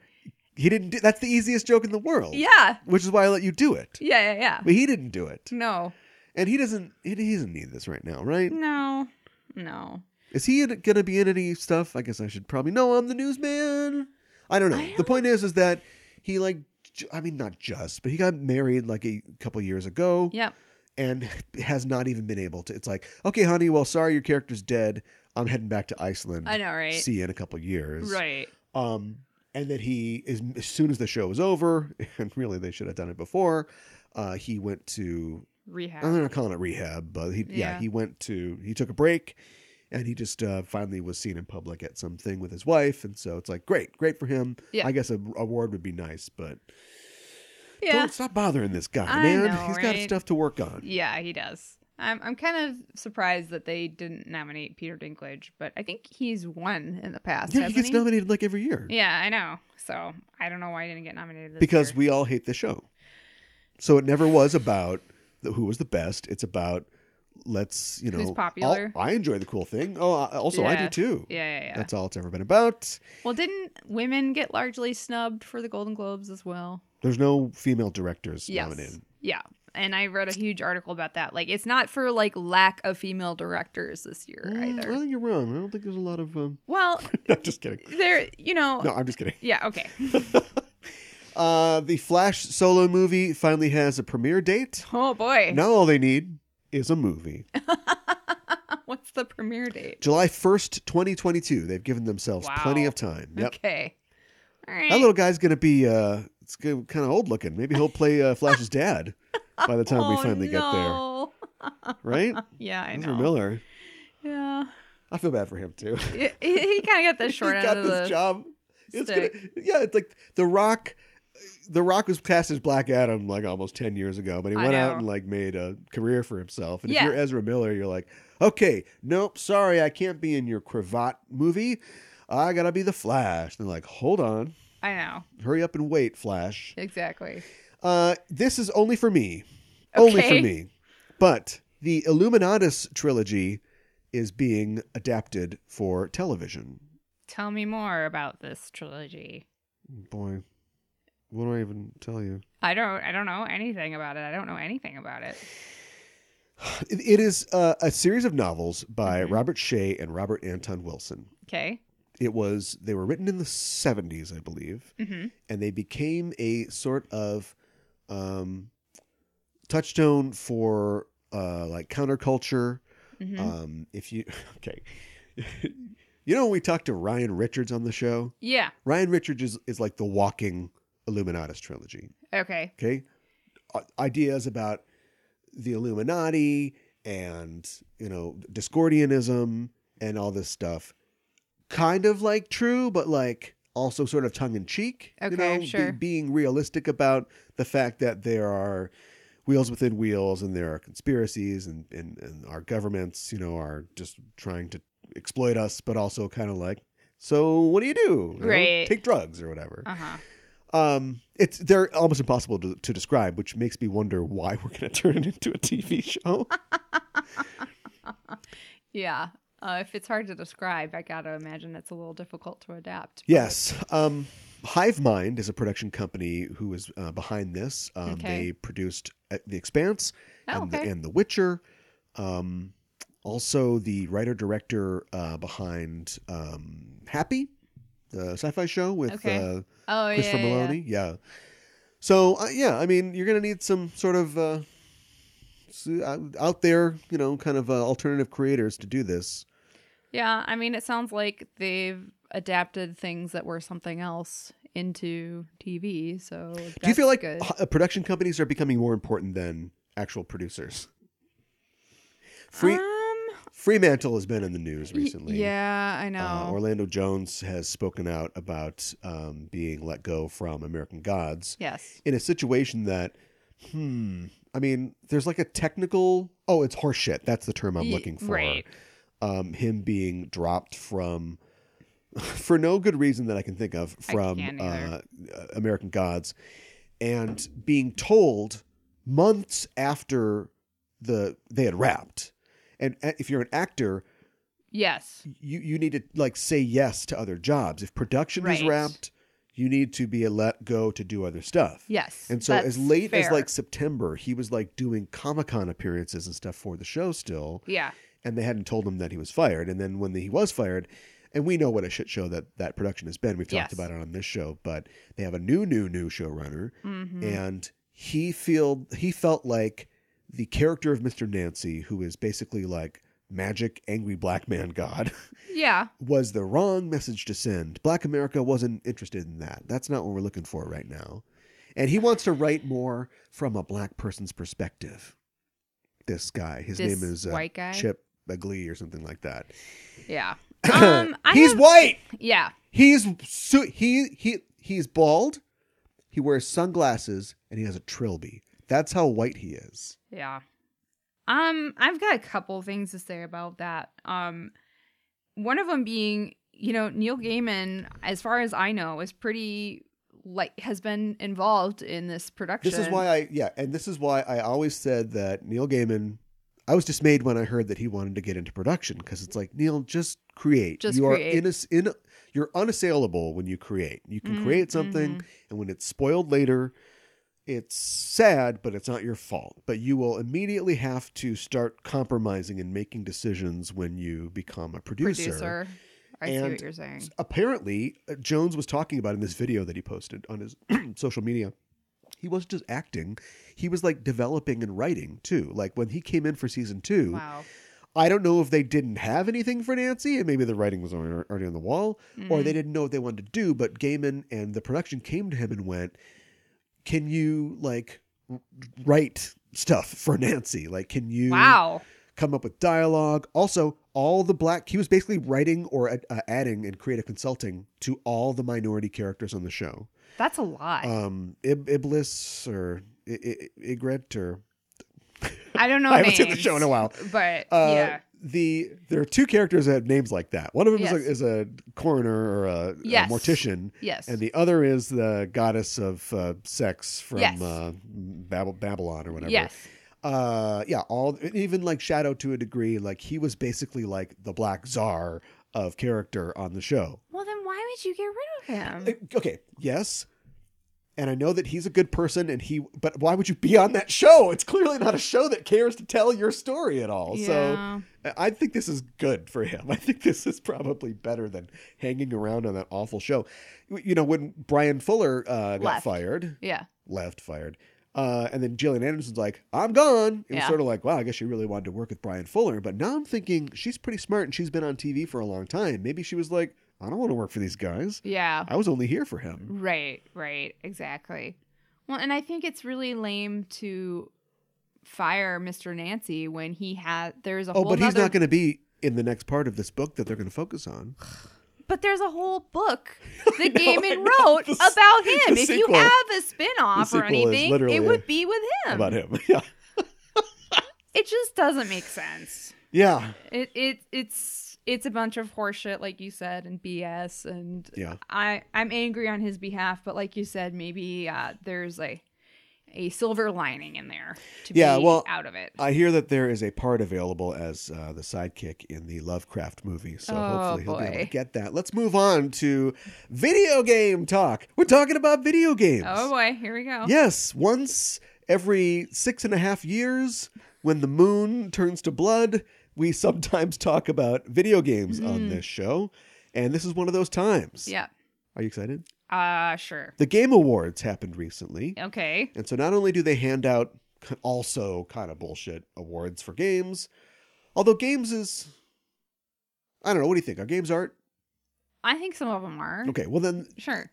He didn't. Do, that's the easiest joke in the world.
yeah.
which is why I let you do it.
Yeah. Yeah. Yeah.
But he didn't do it,
No.
and he doesn't. He doesn't need this right now, right?
No. No.
Is he in- gonna be in any stuff? I guess I should probably know. I'm the newsman. I don't know.
I
The
don't-
point is, is that he like, ju- I mean, not just, but he got married like a couple years ago,
Yep.
and has not even been able to. It's like, okay, honey, well, sorry, your character's dead. I'm heading back to Iceland.
I know. Right.
See you in a couple years.
Right.
Um, and that he is as soon as the show was over, and really they should have done it before. Uh, he went to
Rehab.
I'm not calling it rehab, but he, yeah.
Yeah.
he went to he took a break, and he just uh, finally was seen in public at something with his wife, and so it's like great, great for him.
Yeah.
I guess a award would be nice, but
yeah.
don't stop bothering this guy,
I
man.
know,
He's got
right?
stuff to work on.
Yeah, he does. I'm I'm kind of surprised that they didn't nominate Peter Dinklage, but I think he's won in the past.
Yeah, he
hasn't
gets
he?
nominated like every year
Yeah, I know. So I don't know why he didn't get nominated. This
because
year.
we all hate the show, so it never was about the, who was the best. It's about let's you know
Who's
I'll-
popular.
I enjoy the cool thing. Oh, I, also I do
Yeah.
too.
yeah, yeah, yeah.
That's all it's ever been about.
well, didn't women get largely snubbed for the Golden Globes as well?
There's no female directors
Yes.
nominated.
Yeah. And I read a huge article about that. Like, it's not for like lack of female directors this year
Mm, I
either.
think you're wrong. I don't think there's a lot of. Um...
Well,
no, I'm just kidding.
there, you know.
No, I'm just kidding.
Yeah. Okay.
Uh, the Flash solo movie finally has a premiere date.
Oh boy.
Now all they need is a movie.
What's the premiere date?
July 1st, 2022. They've given themselves
Wow.
plenty of time. Yep.
Okay. All right.
That little guy's going to be uh, it's kind of old looking. Maybe he'll play uh, Flash's dad by the time we finally get there. Right?
Oh, Yeah, I
Ezra
know.
Miller.
Yeah,
I feel bad for him too.
he, kind of got the short
he
end
got
of
this
the.
job. It's gonna,
stick.
yeah, it's like The Rock. The Rock was cast as Black Adam like almost ten years ago, but he
I
went out
know.
and like made a career for himself. And if
Yeah.
you're Ezra Miller, you're like, okay, nope, sorry, I can't be in your cravat movie. I gotta be the Flash. And they're like, hold on,
I know
hurry up and wait, Flash.
exactly.
Uh, this is only for me, only for
Okay.
me. But the Illuminatus trilogy is being adapted for television.
Tell me more about this trilogy.
Boy, what do I even tell you?
I don't. I don't know anything about it. I don't know anything about it.
It, it is uh, a series of novels by
Mhm.
Robert Shea and Robert Anton Wilson.
Okay.
It was they were written in the seventies, I believe,
Mm-hmm.
and they became a sort of um, touchstone for uh, like counterculture.
hmm
Um, if you okay, you know when we talked to Ryan Richards on the show,
yeah.
Ryan Richards is, is like the walking Illuminatus trilogy.
Okay.
okay I- ideas about the illuminati and you know discordianism and all this stuff kind of like true but like also sort of tongue-in-cheek you
Okay,
know be-
sure.
being realistic about the fact that there are wheels within wheels and there are conspiracies and, and and our governments you know are just trying to exploit us but also kind of like so what do you do You know,
Right.
take drugs or whatever
Uh huh.
um, it's they're almost impossible to, to describe, which makes me wonder why we're going to turn it into a TV show.
Yeah. Uh, if it's hard to describe, I gotta imagine it's a little difficult to adapt. but-
yes. Um, Hive Mind is a production company who was uh, behind this. Um,
Okay.
They produced uh, The Expanse
Oh,
and,
okay.
the, and The Witcher. Um, also, the writer director uh, behind um, Happy, the sci fi show with
Okay.
uh,
oh yeah,
Christopher
yeah, yeah.
Maloney. Yeah. So uh, yeah, I mean, you're gonna need some sort of uh, s- uh, out there, you know, kind of uh, alternative creators to do this.
Yeah, I mean, it sounds like they've adapted things that were something else into TV. So
do you feel like
good.
h- uh, production companies are becoming more important than actual producers? Free
um,
Fremantle has been in the news
y-
recently.
Yeah, I know.
Uh, Orlando Jones has spoken out about um, being let go from American Gods.
yes.
in a situation that, hmm, I mean, there's like a technical. Oh, it's horseshit. That's the term I'm
Ye-
looking for.
right.
Um, him being dropped from, for no good reason that I can think of,
I
from
can't
uh,
either.
American Gods, and being told months after the they had wrapped, and uh, if you're an actor,
Yes.
you you need to like say yes to other jobs. If production is
Right.
wrapped, you need to be let go to do other stuff.
Yes.
And so, as
that's
late as
fair.
like September, he was like doing Comic Con appearances and stuff for the show still,
yeah,
and they hadn't told him that he was fired. And then when he was fired, and we know what a shit show that that production has been. We've talked
Yes.
about it on this show, but they have a new, new, new showrunner,
Mhm.
and he feel he felt like the character of Mr. Nancy, who is basically like magic angry black man god
yeah.
was the wrong message to send. Black America wasn't interested in that. That's not what we're looking for right now. And he wants to write more from a black person's perspective. This guy, his
This
name is uh,
white guy?
Chip Bagley or something like that.
Yeah. Um, I
he's
have-
white.
yeah.
He's su- he he he's bald. He wears sunglasses and he has a trilby. That's how white he is.
Yeah. Um, I've got a couple things to say about that. Um, one of them being, you know, Neil Gaiman, as far as I know, is pretty like has been involved in this production.
This is why I yeah, and this is why I always said that Neil Gaiman. I was dismayed when I heard that he wanted to get into production because it's like Neil, just create.
Just
you
create.
are inas- in, you're unassailable when you create. You can
Mhm,
create something, and when it's spoiled later, it's sad, but it's not your fault. But you will immediately have to start compromising and making decisions when you become a producer.
producer. I see
and-
what you're saying.
Apparently, uh, Jones was talking about in this video that he posted on his social media. He wasn't just acting, he was like developing and writing too. Like when he came in for season two,
Wow.
I don't know if they didn't have anything for Nancy and maybe the writing was already already on the wall
Mm-hmm.
or they didn't know what they wanted to do. But Gaiman and the production came to him and went, Can you like r- write stuff for Nancy? Like, can you
Wow.
come up with dialogue. Also, all the black he was basically writing or uh, adding and creative consulting to all the minority characters on the show.
That's a lot.
Um, Ib- Iblis or I- I- Igret or
I don't know.
I haven't seen the
Oh, names,
show in a while.
But
Uh,
yeah.
The there are two characters that have names like that. One of them
Yes.
is, a, is a coroner or a, a
Yes.
mortician,
Yes.
and the other is the goddess of uh, sex from
Yes.
uh, Bab- Babylon or whatever
yes.
uh yeah all even like shadow to a degree like he was basically like the black czar of character on the show
Well, then why would you get rid of him?
Uh, okay yes and i know that he's a good person and he but why would you be on that show it's clearly not a show that cares to tell your story at all
Yeah.
so i I think this is good for him i think this is probably better than hanging around on that awful show you know when brian fuller uh, got
Left.
fired
yeah.
left fired. Uh, and then Gillian Anderson's like, I'm gone. It was
Yeah.
sort of like, wow, I guess she really wanted to work with Brian Fuller. But now I'm thinking she's pretty smart and she's been on TV for a long time. Maybe she was like, I don't want to work for these guys.
Yeah.
I was only here for him.
Right, right, exactly. Well, and I think it's really lame to fire Mr. Nancy when he had there's a
Oh,
whole
but he's
nother-
not going to be in the next part of this book that they're going to focus on.
but there's a whole book that
I
Gaiman
know.
wrote
The s-
about him.
the
If
sequel-
you have a spin-off
the
or
sequel is
anything,
literally
it
a-
would be with him.
About him. Yeah.
It just doesn't make sense.
Yeah.
It it it's it's a bunch of horseshit like you said and BS and
Yeah.
I I'm angry on his behalf, but like you said, maybe uh, there's a a silver lining in there to
Yeah,
be
well,
out of it.
I hear that there is a part available as uh, the sidekick in the Lovecraft movie, so
Oh,
hopefully he'll be able to
boy.
get that. Let's move on to video game talk. We're talking about video games.
oh boy, here we go.
Yes, once every six and a half years, when the moon turns to blood, we sometimes talk about video games on this show. And this is one of those times.
Mm. Yeah.
Are you excited?
Uh sure.
The Game Awards happened recently.
Okay.
And so not only do they hand out k- also kind of bullshit awards for games, although games is. I don't know. What do you think? Are games art?
I think some of them are.
Okay. Well, then,
Sure.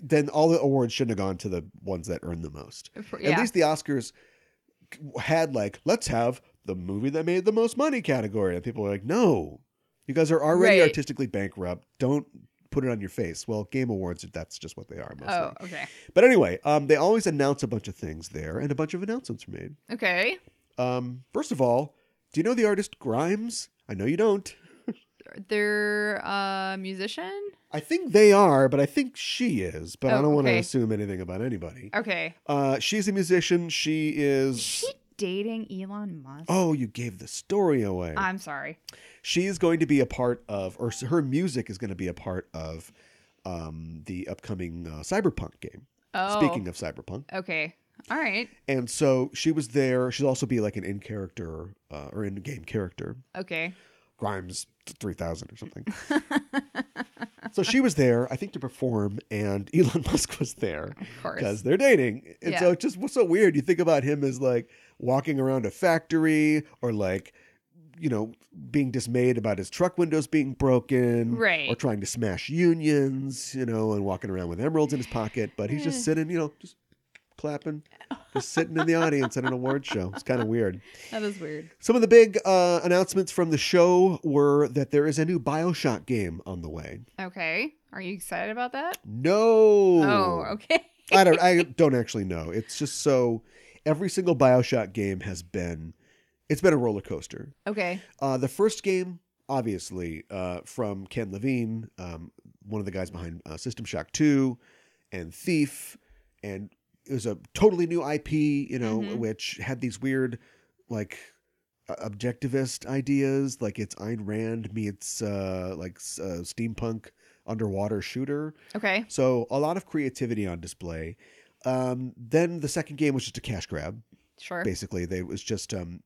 then all the awards shouldn't have gone to the ones that earned the most.
For-
At
yeah.
least the Oscars had like, let's have the movie that made the most money category. And people were like, no, you guys are already
Right.
artistically bankrupt. Don't put it on your face. Well, Game Awards, that's just what they are mostly.
oh, okay.
But anyway, um, they always announce a bunch of things there, and a bunch of announcements are made.
Okay.
Um, first of all, do you know the artist Grimes? I know you don't.
They're a musician?
I think they are, but I think she is. But I
Oh,
don't want to
okay.
assume anything about anybody.
Okay.
Uh, she's a musician. She
Is
is.
she dating Elon Musk?
Oh, you gave the story away.
I'm sorry.
she is going to be a part of, or s- her music is going to be a part of um, the upcoming uh, Cyberpunk game.
Oh.
Speaking of Cyberpunk,
Okay. All right.
and so she was there. She'll also be like an in character uh, or in game character,
Okay.
Grimes three thousand or something. so she was there, I think, to perform, and Elon Musk was there
Of course.
because they're dating. And so
Yeah.
it's just what's so weird. You think about him as like walking around a factory or like, you know, being dismayed about his truck windows being broken
Right.
or trying to smash unions, you know, and walking around with emeralds in his pocket. But he's
Eh.
just sitting, you know, just clapping, just sitting in the audience at an award show. It's kind of weird.
That is weird.
Some of the big uh, announcements from the show were that there is a new Bioshock game on the way.
Okay. Are you excited about that?
No.
Oh, okay.
I don't I don't actually know. It's just so every single BioShock game has been it's been a roller coaster.
Okay.
Uh, the first game, obviously, uh, from Ken Levine, um, one of the guys behind uh, System Shock Two and Thief, and it was a totally new IP, you know,
Mhm.
which had these weird like uh, objectivist ideas, like it's Ayn Rand meets uh, like uh, steampunk underwater shooter.
Okay.
So a lot of creativity on display. Um, then the second game was just a cash grab.
Sure.
Basically, they it was just um,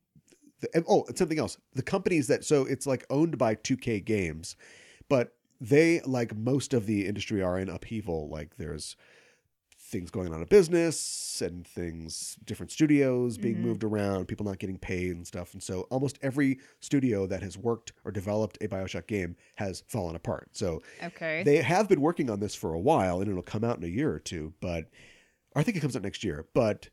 the, and- oh, and something else. The companies that so it's like owned by 2K Games, but they like most of the industry are in upheaval. Like there's things going on in business and things different studios being
Mhm.
moved around, people not getting paid and stuff. And so almost every studio that has worked or developed a BioShock game has fallen apart. So
Okay.
they have been working on this for a while, and it'll come out in a year or two. But I think it comes out next year. But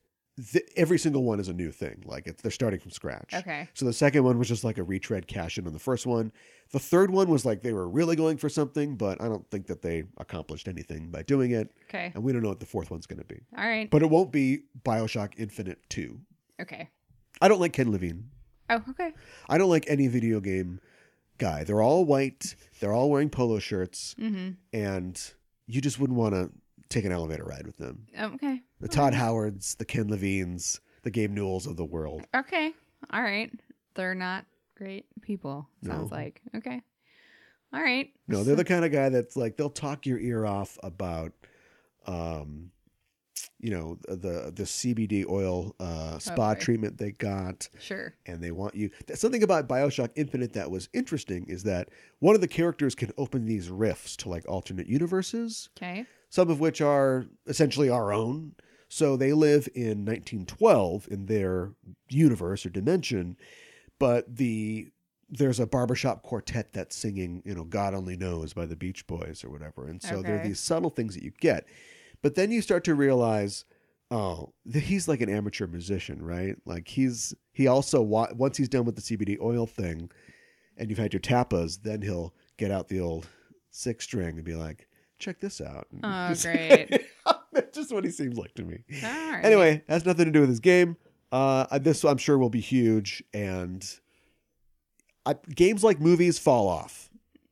th- every single one is a new thing. Like it's, they're starting from scratch.
okay.
So the second one was just like a retread cash in on the first one. The third one was like they were really going for something, but I don't think that they accomplished anything by doing it.
Okay.
And we don't know what the fourth one's going to be.
All right.
But it won't be Bioshock Infinite 2.
Okay.
I don't like Ken Levine.
Oh, okay.
I don't like any video game guy. They're all white, they're all wearing polo shirts
Mm
and you just wouldn't want to take an elevator ride with them.
hmm. Okay.
The Todd Howards, the Ken Levines, the Gabe Newells of the world.
Okay. All right. They're not great people, sounds
No.
like. Okay. All right.
No, they're the kind of guy that's like they'll talk your ear off about, um, you know the the CBD oil uh, spa
Okay.
treatment they got,
Sure.
and they want you. that's Something about Bioshock Infinite that was interesting is that one of the characters can open these rifts to like alternate universes,
Okay.
some of which are essentially our own. So they live in 1912 in their universe or dimension, but the there's a barbershop quartet that's singing, you know, God Only Knows by the Beach Boys or whatever. And so there are
Okay.
these subtle things that you get. But then you start to realize, oh, th- he's like an amateur musician, right? Like he's he also wa- once he's done with the CBD oil thing and you've had your tapas, then he'll get out the old six string and be like, check this out.
Oh,
Just-
great.
That's just what he seems like to me.
All right.
Anyway, has nothing to do with his game. Uh, I- this I'm sure will be huge, and I, games like movies fall off.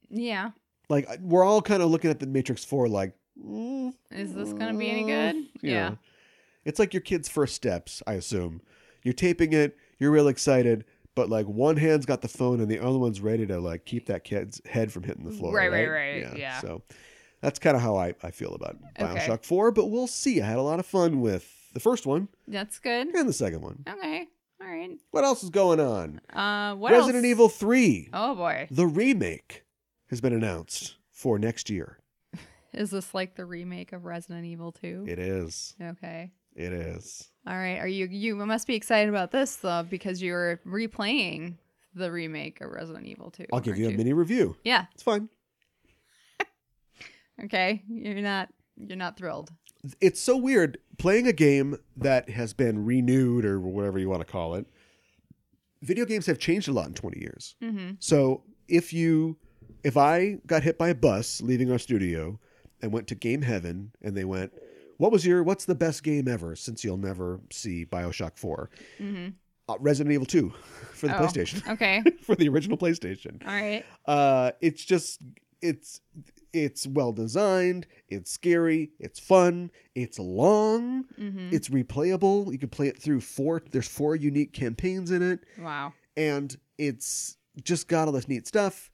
Yeah.
Like I- we're all kind of looking at the Matrix Four, like, mm,
Is this going to be any good?
you know. It's like your kid's first steps, I assume. You're taping it, you're real excited, but like one hand's got the phone and the other one's ready to like keep that kid's head from hitting the floor.
Right,
Right,
right, right, yeah.
So that's kind of how I, I feel about
Okay.
Bioshock 4, but we'll see. I had a lot of fun with the first one
That's good.
and the second one.
Okay. All right.
What else is going on?
Uh, what
Resident
else?
Evil 3,
Oh boy,
the remake, has been announced for next year.
is this like the remake of Resident Evil Two?
It is.
Okay.
It is.
All right. Are you you must be excited about this though because you're replaying the remake of Resident Evil 2.
I'll give
aren't
you a mini review.
Yeah.
It's fine.
Okay. You're not you're not thrilled.
it's so weird playing a game that has been renewed or whatever you want to call it. Video games have changed a lot in 20 years.
Mm-hmm.
So if you, if I got hit by a bus leaving our studio and went to Game Heaven and they went, what was your, what's the best game ever since you'll never see Bioshock 4?
Mm-hmm.
Uh, Resident Evil 2 for the
Oh.
PlayStation,
Okay.
for the original PlayStation
All right.
uh it's just it's it's well designed it's scary it's fun it's long
Mm-hmm.
it's replayable you can play it through four there's four unique campaigns in it
Wow.
and it's just got all this neat stuff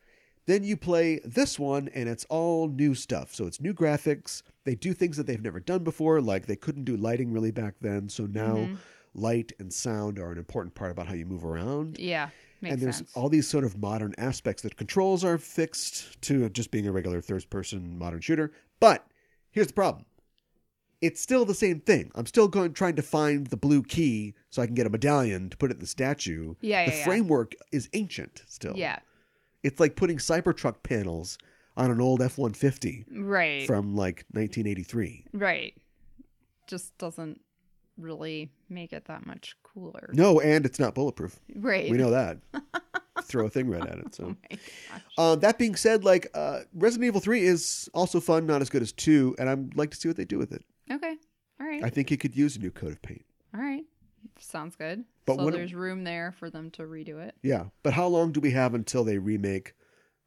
then you play this one and it's all new stuff so it's new graphics they do things that they've never done before like they couldn't do lighting really back then so now
Mhm.
light and sound are an important part about how you move around
Yeah. Makes
and there's
sense.
all these sort of modern aspects that controls are fixed to just being a regular third person modern shooter. But here's the problem it's still the same thing. I'm still going trying to find the blue key so I can get a medallion to put it in the statue.
yeah. Yeah.
the
yeah.
framework is ancient still.
Yeah.
It's like putting Cybertruck panels on an old F 150
Right.
from like 1983.
right. Just doesn't really make it that much cooler.
No, and it's not bulletproof.
Right.
We know that. Throw a thing right at it. So.
Oh my gosh.
Uh, that being said, like uh, Resident Evil Three is also fun, not as good as two, and I'd like to see what they do with it.
Okay. All right.
I think it could use a new coat of paint.
All right. Sounds good.
But
so
when-
there's room there for them to redo it.
Yeah, but how long do we have until they remake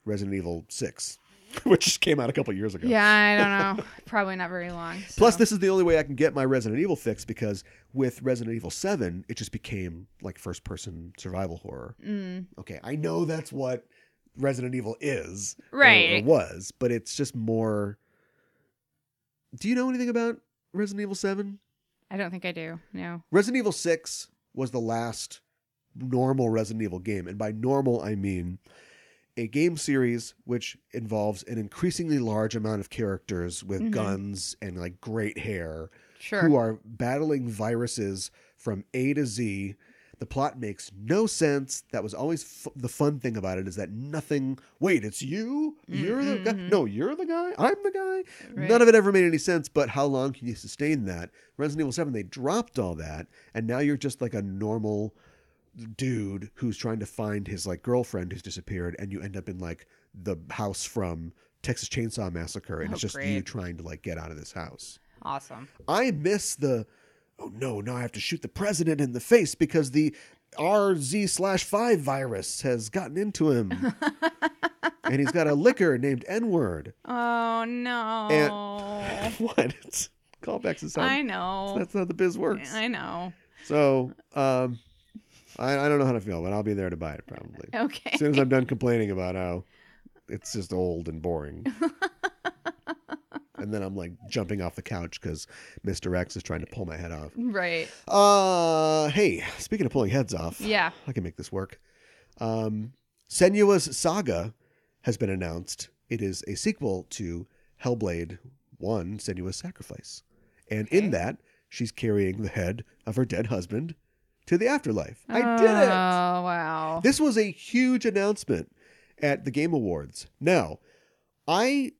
Resident Evil Six, which just came out a couple years ago?
Yeah, I don't know. Probably not very long.
Plus,
so-
this is the only way I can get my Resident Evil fix because with Resident Evil Seven, it just became like first-person survival horror.
Mm,
Okay, I know that's what Resident Evil is, or-
right.
Or was, but it's just more. Do you know anything about Resident Evil Seven?
I don't think I do. No.
Resident Evil 6 was the last normal Resident Evil game. And by normal, I mean a game series which involves an increasingly large amount of characters with
Mhm.
guns and like great hair
Sure.
who are battling viruses from A to Z. The plot makes no sense. That was always f- the fun thing about it is that nothing. Wait, it's you? You're the guy?
Mhm.
No, you're the guy? I'm the guy?
Right.
None of it ever made any sense, but how long can you sustain that? Resident Evil 7, they dropped all that, and now you're just like a normal dude who's trying to find his like girlfriend who's disappeared, and you end up in like the house from Texas Chainsaw Massacre, and
Oh,
it's just you
great.
trying to like get out of this house.
Awesome.
I miss the oh no, now I have to shoot the president in the face because the RZ slash five virus has gotten into him. and he's got a liquor named N word.
Oh no.
what? It's callbacks to sound
I know.
That's how the biz works.
I know.
So, um, I, I don't know how to feel, but I'll be there to buy it probably.
Okay.
As soon as I'm done complaining about how it's just old and boring. and then I'm like jumping off the couch because Mr. X is trying to pull my head off.
right.
Uh, hey, speaking of pulling heads off,
Yeah.
I can make this work. Um, Senua's Saga has been announced. It is a sequel to Hellblade 1 Senua's Sacrifice. And in
Okay.
that, she's carrying the head of her dead husband to the afterlife. I did
Oh wow.
it! This was a huge announcement at the Game Awards. Now, I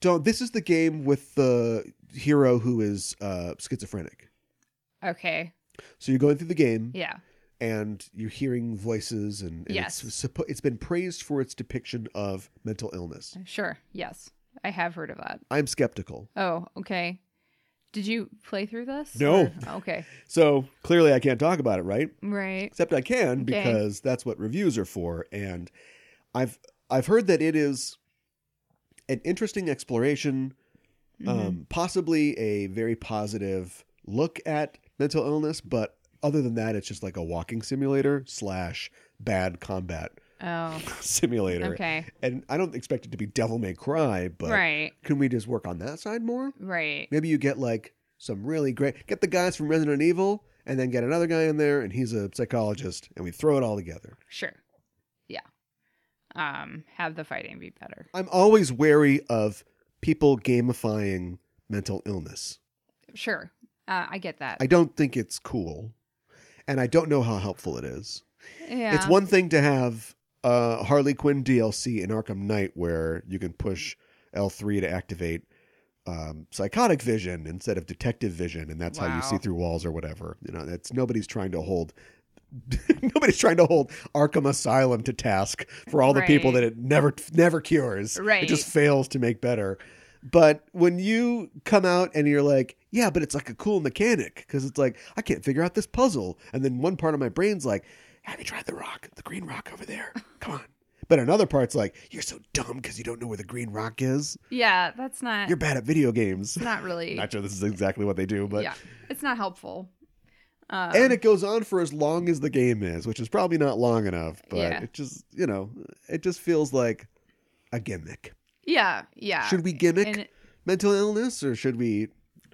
don't. This is the game with the hero who is uh, schizophrenic.
Okay.
So you're going through the game
Yeah.
and you're hearing voices and, and
Yes.
it's, suppo- it's been praised for its depiction of mental illness
Sure. Yes. I have heard of that.
i'm skeptical
Oh, okay. Did you play through this?
No.
Or- Okay.
so clearly i can't talk about it right
Right.
except i can
Okay.
because that's what reviews are for and i've i've heard that it is an interesting exploration
Mhm.
um, possibly a very positive look at mental illness, but other than that, it's just like a walking simulator slash bad combat
Oh,
simulator.
okay.
And I don't expect it to be Devil May Cry, but
Right,
can we just work on that side more?
right.
Maybe you get like some really great get the guys from Resident Evil and then get another guy in there and he's a psychologist and we throw it all together.
Sure. Yeah. Um, have the fighting be better.
I'm always wary of people gamifying mental illness.
Sure. Uh, I get that.
I don't think it's cool. And I don't know how helpful it is.
yeah.
It's one thing to have uh, Harley Quinn DLC in Arkham Knight where you can push L3 to activate um, psychotic vision instead of detective vision, and that's how
Wow.
you see through walls or whatever. You know, that's nobody's trying to hold. Nobody's trying to hold Arkham Asylum to task for all the people
Right.
that it never never cures. It
Right.
just fails to make better. But when you come out and you're like, yeah, but it's like a cool mechanic because it's like I can't figure out this puzzle, and then one part of my brain's like, have you tried the rock, the green rock over there? Come on. But another part's like, you're so dumb because you don't know where the green rock is.
yeah, that's not.
You're bad at video games.
It's not really.
Not sure this is exactly what they do, but
yeah, it's not helpful. Um,
and it goes on for as long as the game is, which is probably not long enough. But
Yeah.
it just, you know, it just feels like a gimmick.
yeah, yeah.
Should we gimmick
And
mental illness, or should we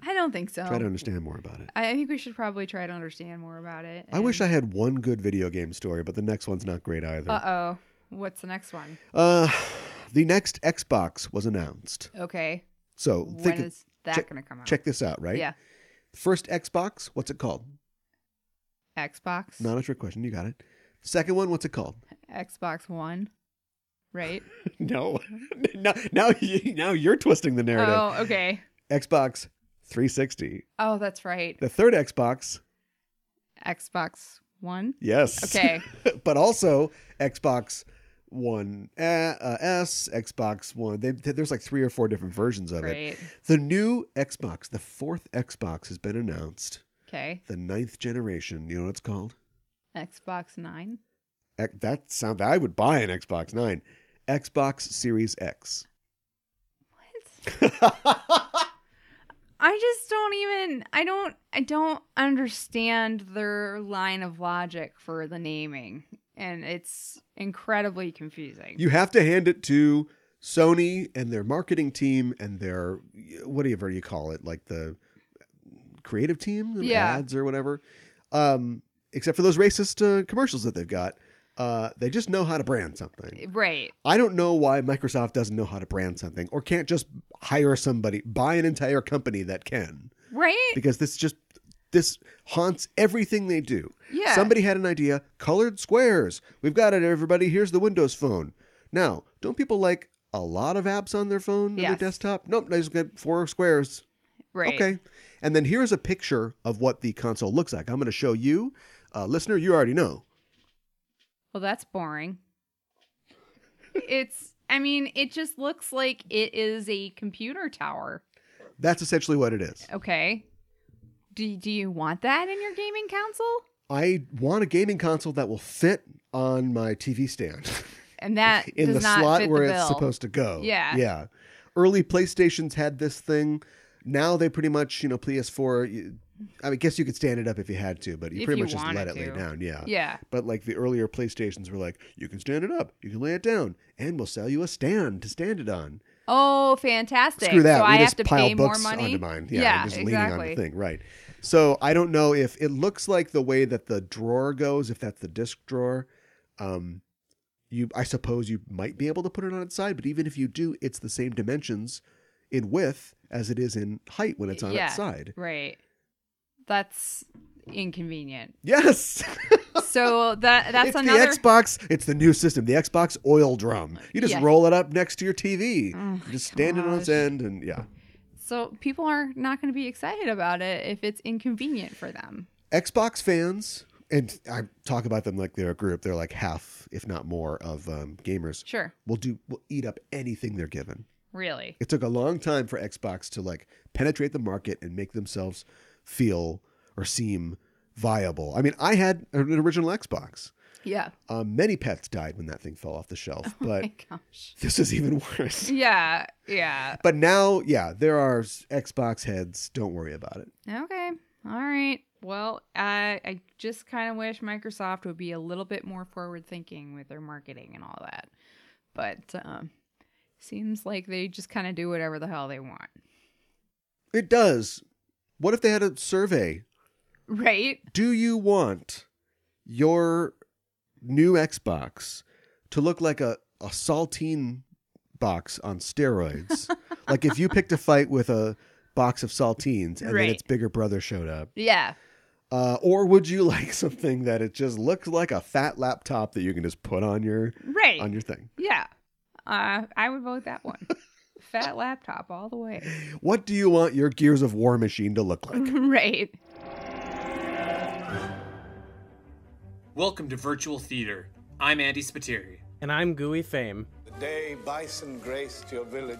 I don't think so.
try to understand more about it?
I I think we should probably try to understand more about it.
I wish I had one good video game story, but the next one's not great either.
Uh oh. What's the next one?
Uh, the next Xbox was announced.
Okay.
So
When
think,
is that
check-
going to come out?
check this out, right?
Yeah.
First Xbox, what's it called?
Xbox.
Not a trick question. You got it. Second one, what's it called?
Xbox One. Right.
No, now now, you, now you're twisting the narrative.
oh, okay.
Xbox 360.
Oh, that's right.
The third Xbox,
Xbox One.
yes.
Okay.
but also Xbox One uh, uh, S, Xbox One. They, there's like three or four different versions of it.
Great.
The new Xbox, the fourth Xbox, has been announced.
Okay.
The ninth generation. You know what it's called?
Xbox Nine.
Ec- That sound. I would buy an Xbox Nine. Xbox Series X.
What? I just don't even I don't I don't understand their line of logic for the naming and it's incredibly confusing.
you have to hand it to Sony and their marketing team and their whatever you call it, like the creative team, and
Yeah.
ads or whatever. Um, except for those racist uh, commercials that they've got, uh, they just know how to brand something.
right.
I don't know why Microsoft doesn't know how to brand something or can't just hire somebody, buy an entire company that can,
Right?
because this just this haunts everything they do.
Yeah.
Somebody had an idea. Colored squares. We've got it, everybody. Here's the Windows phone. Now, don't people like a lot of apps on their phone and
Yes.
their desktop? Nope, I just got four squares.
right.
Okay. And then here's a picture of what the console looks like. I'm going to show you. Uh, listener, you already know.
Well, that's boring. it's I mean, it just looks like it is a computer tower.
That's essentially what it is.
Okay. Do, do you want that in your gaming console?
I want a gaming console that will fit on my TV stand
And that
in
Uh, does
the
not
slot
fit
where
the
it's
bill.
supposed to go.
Yeah.
Yeah. Early PlayStations had this thing. Now they pretty much, you know, PS4. you- I mean, guess you could stand it up if you had to, but you
If
pretty
you
much just
wanted
let it lay
to.
down. Yeah.
Yeah.
But like the earlier PlayStations were like, you can stand it up, you can lay it down, and we'll sell you a stand to stand it on.
Oh, fantastic.
Screw that.
So
we
I
just
have to
pile
pay
books
more money.
onto mine. Yeah, I'm just
exactly.
leaning on the thing. Right. So I don't know if it looks like the way that the drawer goes, if that's the disc drawer. Um, you, I suppose you might be able to put it on its side, but even if you do, it's the same dimensions in width as it is in height when it's on
Yeah.
its side.
Right. That's inconvenient.
Yes,
So that that's
it's
another
the Xbox. It's the new system, the Xbox oil drum. You just
Yeah.
roll it up next to your TV,
Oh my
just stand it on its
gosh.
end, and yeah.
So people are not going to be excited about it if it's inconvenient for them.
Xbox fans, and I talk about them like they're a group. They're like half, if not more, of um, gamers.
Sure.
Will do will eat up anything they're given.
Really.
It took a long time for Xbox to like penetrate the market and make themselves feel or seem viable. I mean, I had an original Xbox.
Yeah.
Um, many pets died when that thing fell off the shelf,
Oh
but
my gosh.
this is even worse.
Yeah. Yeah.
But now, yeah, there are Xbox heads. Don't worry about it.
Okay. All right. Well, I I just kind of wish Microsoft would be a little bit more forward thinking with their marketing and all that. But um, seems like they just kind of do whatever the hell they want.
It does. What if they had a survey?
Right?
Do you want your new Xbox to look like a, a saltine box on steroids? like if you picked a fight with a box of saltines and then
Right.
its bigger brother showed up.
Yeah.
Uh, or would you like something that it just looks like a fat laptop that you can just put on your
Right.
on your thing?
yeah. Uh, I would vote that one. Fat laptop all the way.
What do you want your Gears of War machine to look like?
right.
Welcome to Virtual Theater. I'm Andy Spiteri.
And I'm Gooey Fame.
The day Bison graced your village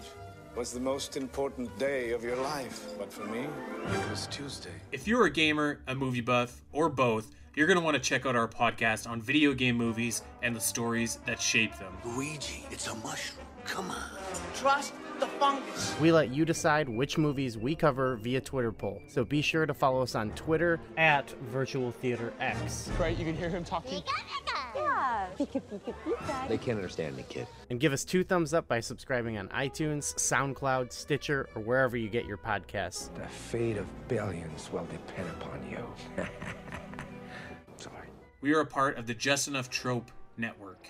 was the most important day of your life. But for me, it was Tuesday.
If you're a gamer, a movie buff, or both, you're going to want to check out our podcast on video game movies and the stories that shape them.
Luigi, it's a mushroom. Come on.
Trust the fungus.
We let you decide which movies we cover via Twitter poll. So be sure to follow us on Twitter at Virtual Theater X
Yeah. Pika pika pika.
They can't understand me, kid.
and give us two thumbs up by subscribing on iTunes, SoundCloud, Stitcher, or wherever you get your podcasts.
The fate of billions will depend upon you. Sorry.
We are a part of the Just Enough Trope Network.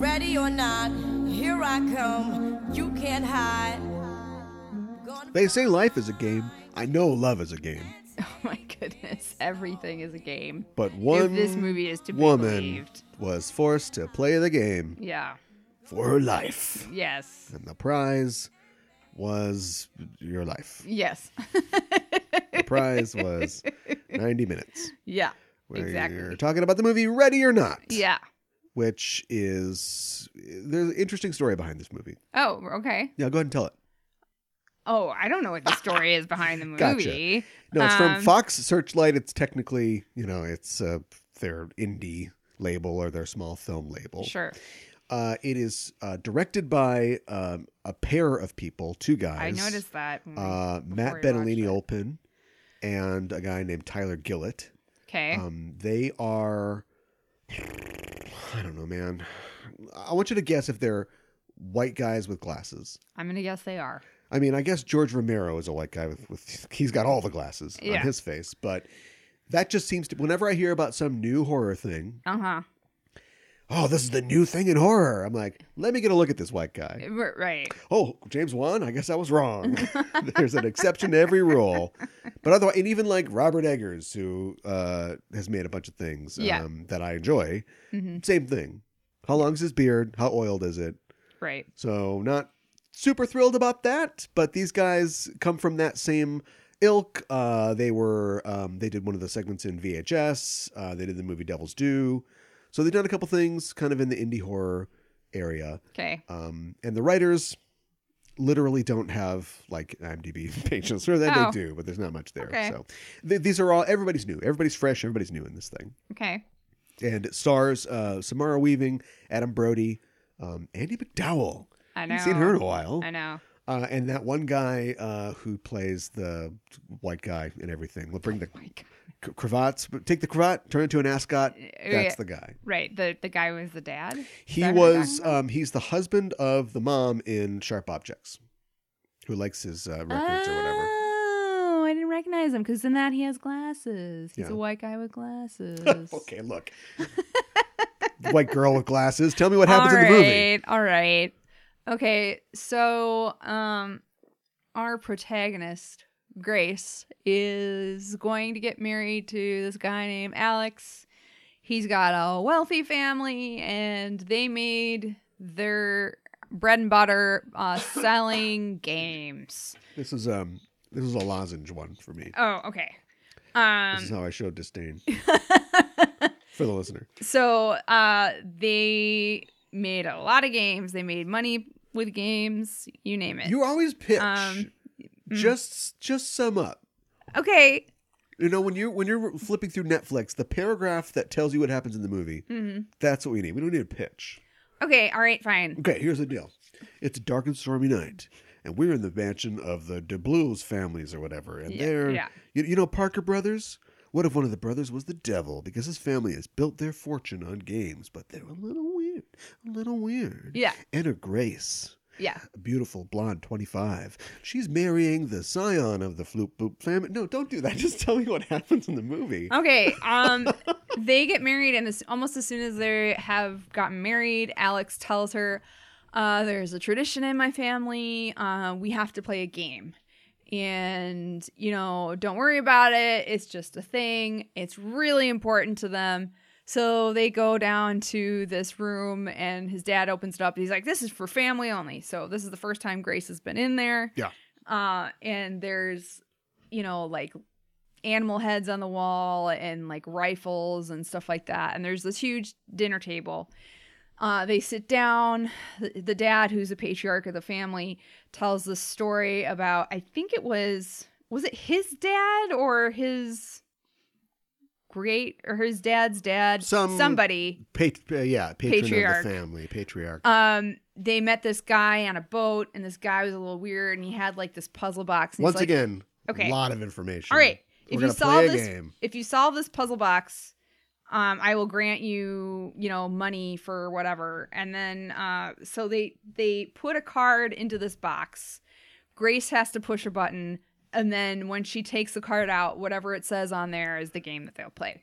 Ready or not, here I come. You can't hide. Gonna
They say life is a game. I know love is a game,
Oh my goodness. Everything is a game.
but one
this movie is to be
woman
believed.
was forced to play the game
Yeah.
for her life,
Yes.
and the prize was your life.
Yes.
The prize was ninety minutes.
yeah.
Where
Exactly.
You're talking about the movie Ready or Not,
Yeah.
which is there's an interesting story behind this movie.
Oh, okay.
Yeah, go ahead and tell it.
Oh, I don't know what the story is behind the
Gotcha.
movie.
No, it's
Um,
from Fox Searchlight. It's technically, you know, it's uh, their indie label or their small film label.
Sure.
Uh, it is uh, directed by um, a pair of people, two
I
guys.
noticed that. when we-
Uh,
before
Matt
we
Bettolini
watched
Olpin and a guy named Tyler Gillett.
it. Okay.
Um, they are, I don't know, man. I want you to guess if they're white guys with glasses.
I'm going to guess they are.
I mean, I guess George Romero is a white guy with, with he's got all the glasses
Yeah.
on his face, but that just seems to whenever I hear about some new horror thing,
Uh huh.
oh, this is the new thing in horror. I'm like, let me get a look at this white guy.
Right.
Oh, James Wan, I guess I was wrong. There's an exception to every rule. But otherwise, and even like Robert Eggers, who uh, has made a bunch of things
Yeah.
um, that I enjoy,
Mhm.
same thing. How long's his beard? How oiled is it?
Right.
So not super thrilled about that, but these guys come from that same ilk. Uh, they were um, they did one of the segments in VHS. Uh, they did the movie Devil's Due. So they've done a couple things kind of in the indie horror area.
Okay.
Um, and the writers literally don't have like IMDb pages, or that
Oh.
they do, but there's not much there.
Okay.
So th- these are all everybody's new. Everybody's fresh. Everybody's new in this thing
Okay.
and it stars uh, Samara Weaving, Adam Brody, um, Andy McDowell.
I know.
Haven't seen her in a while.
I know.
Uh, and that one guy uh, who plays the white guy and everything. We'll bring the c- cravats. Take the cravat, turn it to an ascot.
Uh,
That's the guy.
Right. The the guy was the dad.
He
That who you're
was.
talking about?
Um, he's the husband of the mom in Sharp Objects, who likes his uh, records or whatever.
Oh, I didn't recognize him because in that he has glasses. He's
Yeah.
a white guy with glasses.
Okay, look. White girl with glasses. Tell me what happens in the movie.
Alright, All right. Okay. So, um, our protagonist, Grace, is going to get married to this guy named Alex. He's got a wealthy family, and they made their bread and butter uh, selling games.
This is um. This is a lozenge one for me.
Oh, okay.
This is
Um,
how I show disdain for the listener.
so uh, they made a lot of games. They made money with games. You name it. mm.
You always pitch.
Um,
just just sum up.
okay.
You know, when you when you're flipping through Netflix, the paragraph that tells you what happens in the movie,
Mm-hmm.
that's what we need. We don't need a pitch.
Okay, all right, fine.
Okay, here's the deal. It's a dark and stormy night, and we're in the mansion of the DeBlues families or whatever. And
Yeah,
they're,
yeah.
You, you know, Parker Brothers? What if one of the brothers was the devil? Because his family has built their fortune on games, but they're a little weird. A little weird.
Yeah.
Enter Grace.
Yeah.
A beautiful blonde, 25. She's marrying the scion of the Floop Boop family. No, don't do that. Just tell me what happens in the movie.
Okay. Um, they get married, and as, almost as soon as they have gotten married, Alex tells her, uh, "There's a tradition in my family. Uh, we have to play a game, and you know, don't worry about it. It's just a thing. It's really important to them." So they go down to this room, and his dad opens it up. He's like, "This is for family only." So this is the first time Grace has been in there.
Yeah.
Uh, and there's, you know, like animal heads on the wall and like rifles and stuff like that. And there's this huge dinner table. Uh, they sit down. The, the dad, who's the patriarch of the family, tells this story about I think it was was it his dad or his great or his dad's dad
Some-
somebody
Pat- uh, yeah, patron
Patriarch.
of the family, patriarch.
um they met this guy on a boat and this guy was a little weird and he had like this puzzle box and he's
Once
like,
again,
okay.
a lot of information.
All right.
We're
If you
gonna
solve
play a
this,
game.
if you solve this puzzle box, um, I will grant you, you know, money for whatever. And then, uh, so they they put a card into this box. Grace has to push a button, and then when she takes the card out, whatever it says on there is the game that they'll play.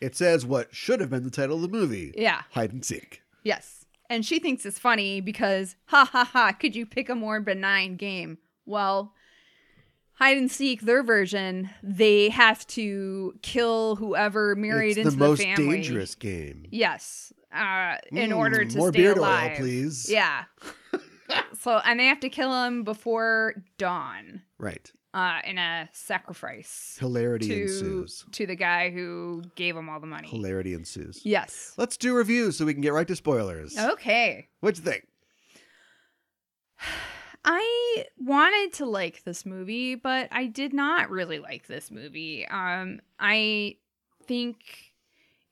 It says what should have been the title of the movie.
Yeah.
Hide and seek.
Yes. And she thinks it's funny because, ha ha ha, could you pick a more benign game? Well, hide and seek, their version, they have to kill whoever
it's
married into
the
the,
most
family.
dangerous game.
Yes. Uh, in
Mm,
order to
more
stay
beard oil,
alive.
please.
Yeah. so, and they have to kill him before dawn
Right.
uh, in a sacrifice
Hilarity
to,
ensues.
to the guy who gave him all the money.
Hilarity ensues.
Yes.
Let's do reviews so we can get right to spoilers.
Oh. Okay.
What'd you think?
I wanted to like this movie, but I did not really like this movie. Um, I think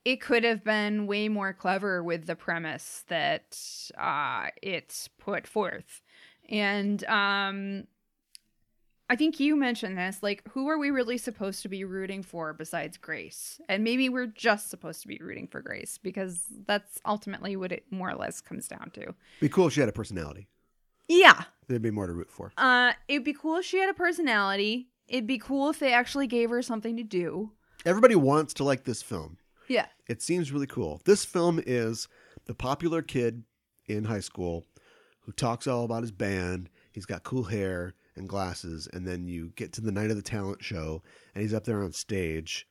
it could have been way more clever with the premise that uh, it put forth. And um, I think you mentioned this. Like, who are we really supposed to be rooting for besides Grace? And maybe we're just supposed to be rooting for Grace because that's ultimately what it more or less comes down to.
Be cool if she had a personality.
Yeah.
There'd be more to root for.
Uh, it'd be cool if she had a personality. It'd be cool if they actually gave her something to do.
Everybody wants to like this film.
Yeah.
It seems really cool. This film is the popular kid in high school who talks all about his band. He's got cool hair and glasses, and then you get to the night of the talent show, and he's up there on stage,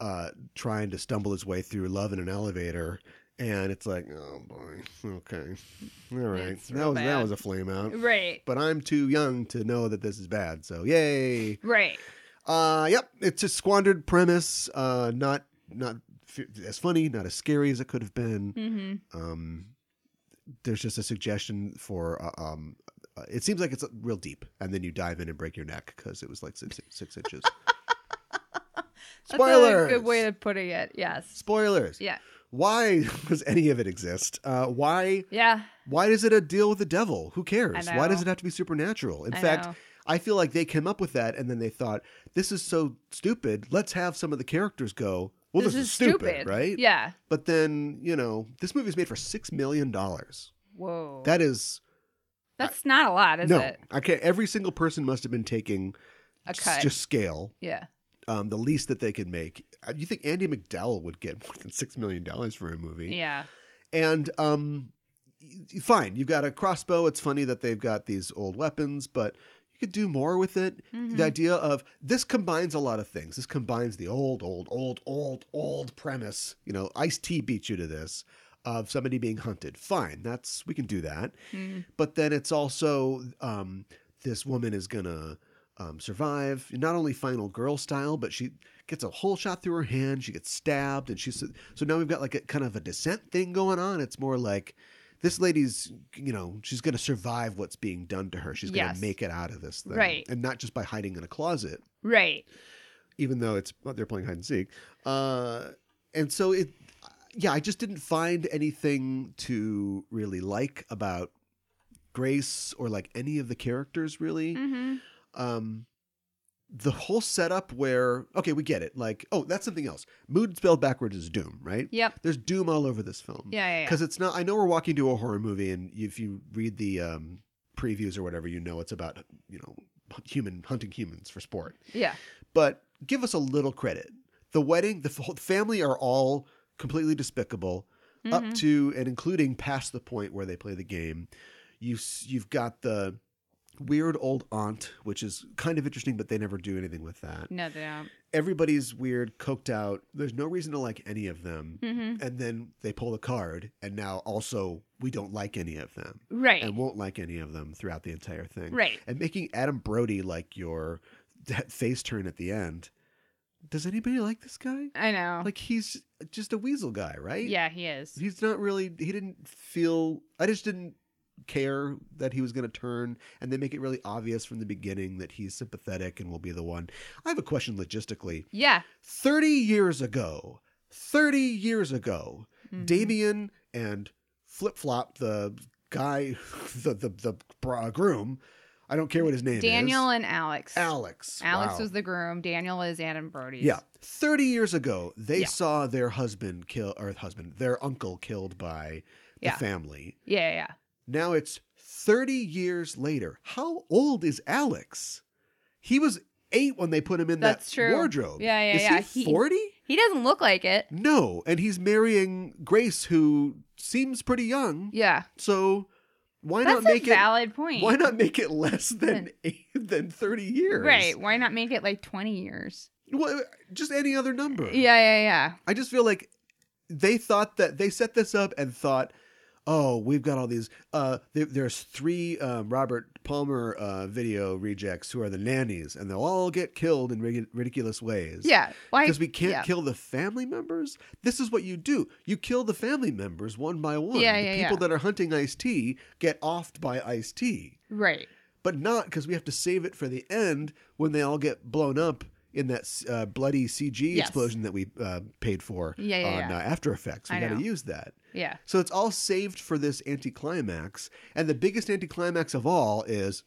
uh, trying to stumble his way through love in an elevator. And it's like, oh boy, okay, all right,
It's
that
real
was that
bad.
was a flame out.
Right.
But I'm too young to know that this is bad, so yay!
Right.
Uh, yep, it's a squandered premise. Uh, not not f- as funny, not as scary as it could have been.
Mm-hmm.
Um, there's just a suggestion for uh, um, uh, it seems like it's real deep, and then you dive in and break your neck because it was like six six inches. Spoilers.
That's a good way of putting it. Yes.
Spoilers.
Yeah.
Why does any of it exist? Uh, why
Yeah.
why does it a deal with the devil? Who cares?
I
Why does
know.
it have to be supernatural? In
I
fact,
know.
I feel like they came up with that and then they thought, this is so stupid. Let's have some of the characters go, well, this, is, stupid, right?
Yeah.
But then, you know, this movie's made for $6 million.
Whoa.
That is,
That's not a lot, is
no.
it?
I can't, every single person must have been taking
A
s-
cut.
just scale,
yeah.
um, the least that they could make. Uh, You think Andy McDowell would get more than $6 million for a movie?
Yeah.
And um, y- y- fine, you've got a crossbow. It's funny that they've got these old weapons, but you could do more with it. The idea of this combines a lot of things. This combines the old, old, old, old, old premise. You know, Ice T beat you to this of somebody being hunted. Fine, that's we can do that. But then it's also um, this woman is gonna um, survive. Not only final girl style, but she gets a whole shot through her hand. She gets stabbed, and she's so now we've got like a kind of a descent thing going on. It's more like this lady's, you know, she's gonna survive what's being done to her. She's gonna
Yes.
make it out of this thing,
Right.
And not just by hiding in a closet.
Right.
even though it's well, they're playing hide and seek. Uh, and so it, yeah, I just didn't find anything to really like about Grace or like any of the characters really.
Mm-hmm.
Um, the whole setup where okay, we get it. Like oh, that's something else. Mood spelled backwards is doom, right?
Yep.
There's doom all over this film.
Yeah, yeah, yeah.
Because it's not. I know we're walking to a horror movie, and if you read the um, previews or whatever, you know it's about you know human hunting humans for sport
Yeah.
but give us a little credit. The wedding, the f- family are all completely despicable, up to and including past the point where they play the game. You s- you've got the weird old aunt, which is kind of interesting, but they never do anything with that.
No, they don't.
Everybody's weird, coked out. There's no reason to like any of them,
Mm. Mm-hmm.
and then they pull a card, and now also we don't like any of them
Right.
and won't like any of them throughout the entire thing.
Right.
And making Adam Brody like your that face turn at the end. Does anybody like this guy?
I know.
Like he's just a weasel guy, right?
yeah, he is.
He's not really he didn't feel I just didn't care that he was going to turn and they make it really obvious from the beginning that he's sympathetic and will be the one. I have a question logistically.
yeah.
30 years ago, 30 years ago,
Mm-hmm.
Damien and Flip Flop, the guy, the, the, the bra- groom, I don't care what his name
Daniel
is.
and Alex.
Alex.
Alex
Wow.
was the groom. Daniel is Adam Brody.
Yeah. 30 years ago, they
Yeah.
saw their husband kill, or husband, their uncle killed by the
Yeah.
family.
Yeah, yeah, yeah.
Now it's 30 years later. How old is Alex? He was eight when they put him in
That's
that
true.
wardrobe.
Yeah, yeah,
is
yeah.
he
He-
40?
He doesn't look like it.
No, and he's marrying Grace, who seems pretty young.
Yeah.
So why
That's
not
a
make
valid
it?
point.
Why not make it less than eight, than thirty years?
Right. Why not make it like 20 years?
Well, just any other number.
Yeah, yeah, yeah.
I just feel like they thought that they set this up and thought, oh, we've got all these. Uh, there, there's three um, Robert Palmer uh, video rejects who are the nannies, and they'll all get killed in rig- ridiculous ways.
Yeah. Why?
Because we can't
yeah.
kill the family members. This is what you do: you kill the family members one by one.
Yeah,
the
yeah,
people
yeah.
that are hunting iced tea get offed by iced tea,
Right.
but not because we have to save it for the end when they all get blown up in that uh, bloody CG
Yes.
explosion that we uh, paid for
Yeah, yeah,
on
yeah.
Uh, After Effects. We
I
got to
know.
use that.
Yeah.
So it's all saved for this anticlimax, and the biggest anticlimax of all is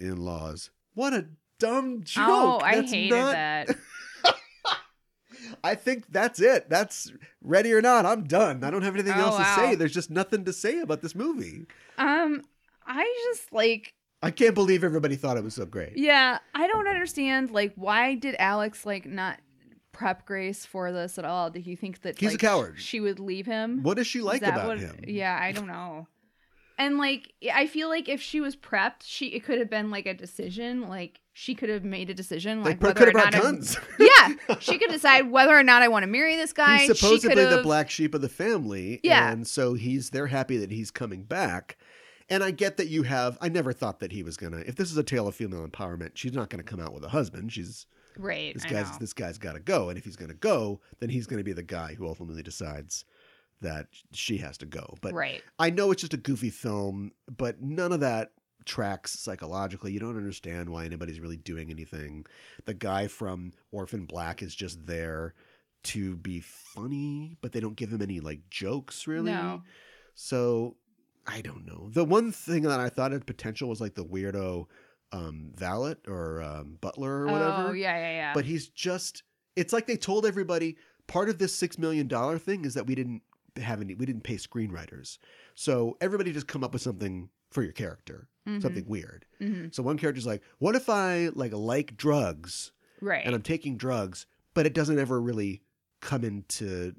in laws. What a dumb joke!
Oh, I
That's
hated
not-
that.
I think that's it. That's ready or not. I'm done. I don't have anything
Oh,
else
wow.
to say. There's just nothing to say about this movie.
Um, I just like,
I can't believe everybody thought it was so great.
yeah, I don't understand. Like, why did Alex like not prep Grace for this at all? Did he think that
He's a
like,
coward.
She would leave him.
What does she like
Is that
about
what-
him?
Yeah, I don't know. And like, I feel like if she was prepped, she it could have been like a decision. Like she could have made a decision,
Like,
like,
but
whether
could
or
have
not.
brought
I-
guns.
yeah, she could decide whether or not I want to marry this guy.
He's
She
supposedly
could
the
have-
black sheep of the family.
Yeah.
And so he's they're happy that he's coming back. And I get that you have I never thought that he was gonna if this is a tale of female empowerment, she's not gonna come out with a husband. She's
Right.
this
I
guy's
know.
this guy's gotta go. And if he's gonna go, then he's gonna be the guy who ultimately decides that she has to go. But
right.
I know it's just a goofy film, but none of that tracks psychologically. You don't understand why anybody's really doing anything. The guy from Orphan Black is just there to be funny, but they don't give him any like jokes really.
No.
So I don't know. The one thing that I thought had potential was like the weirdo um valet or um butler or whatever.
Oh yeah, yeah, yeah.
But he's just it's like they told everybody part of this six million dollar thing is that we didn't have any we didn't pay screenwriters. So everybody just come up with something for your character.
Mm-hmm,
Something weird. So one character's like, What if I like like drugs
right.
and I'm taking drugs, but it doesn't ever really come into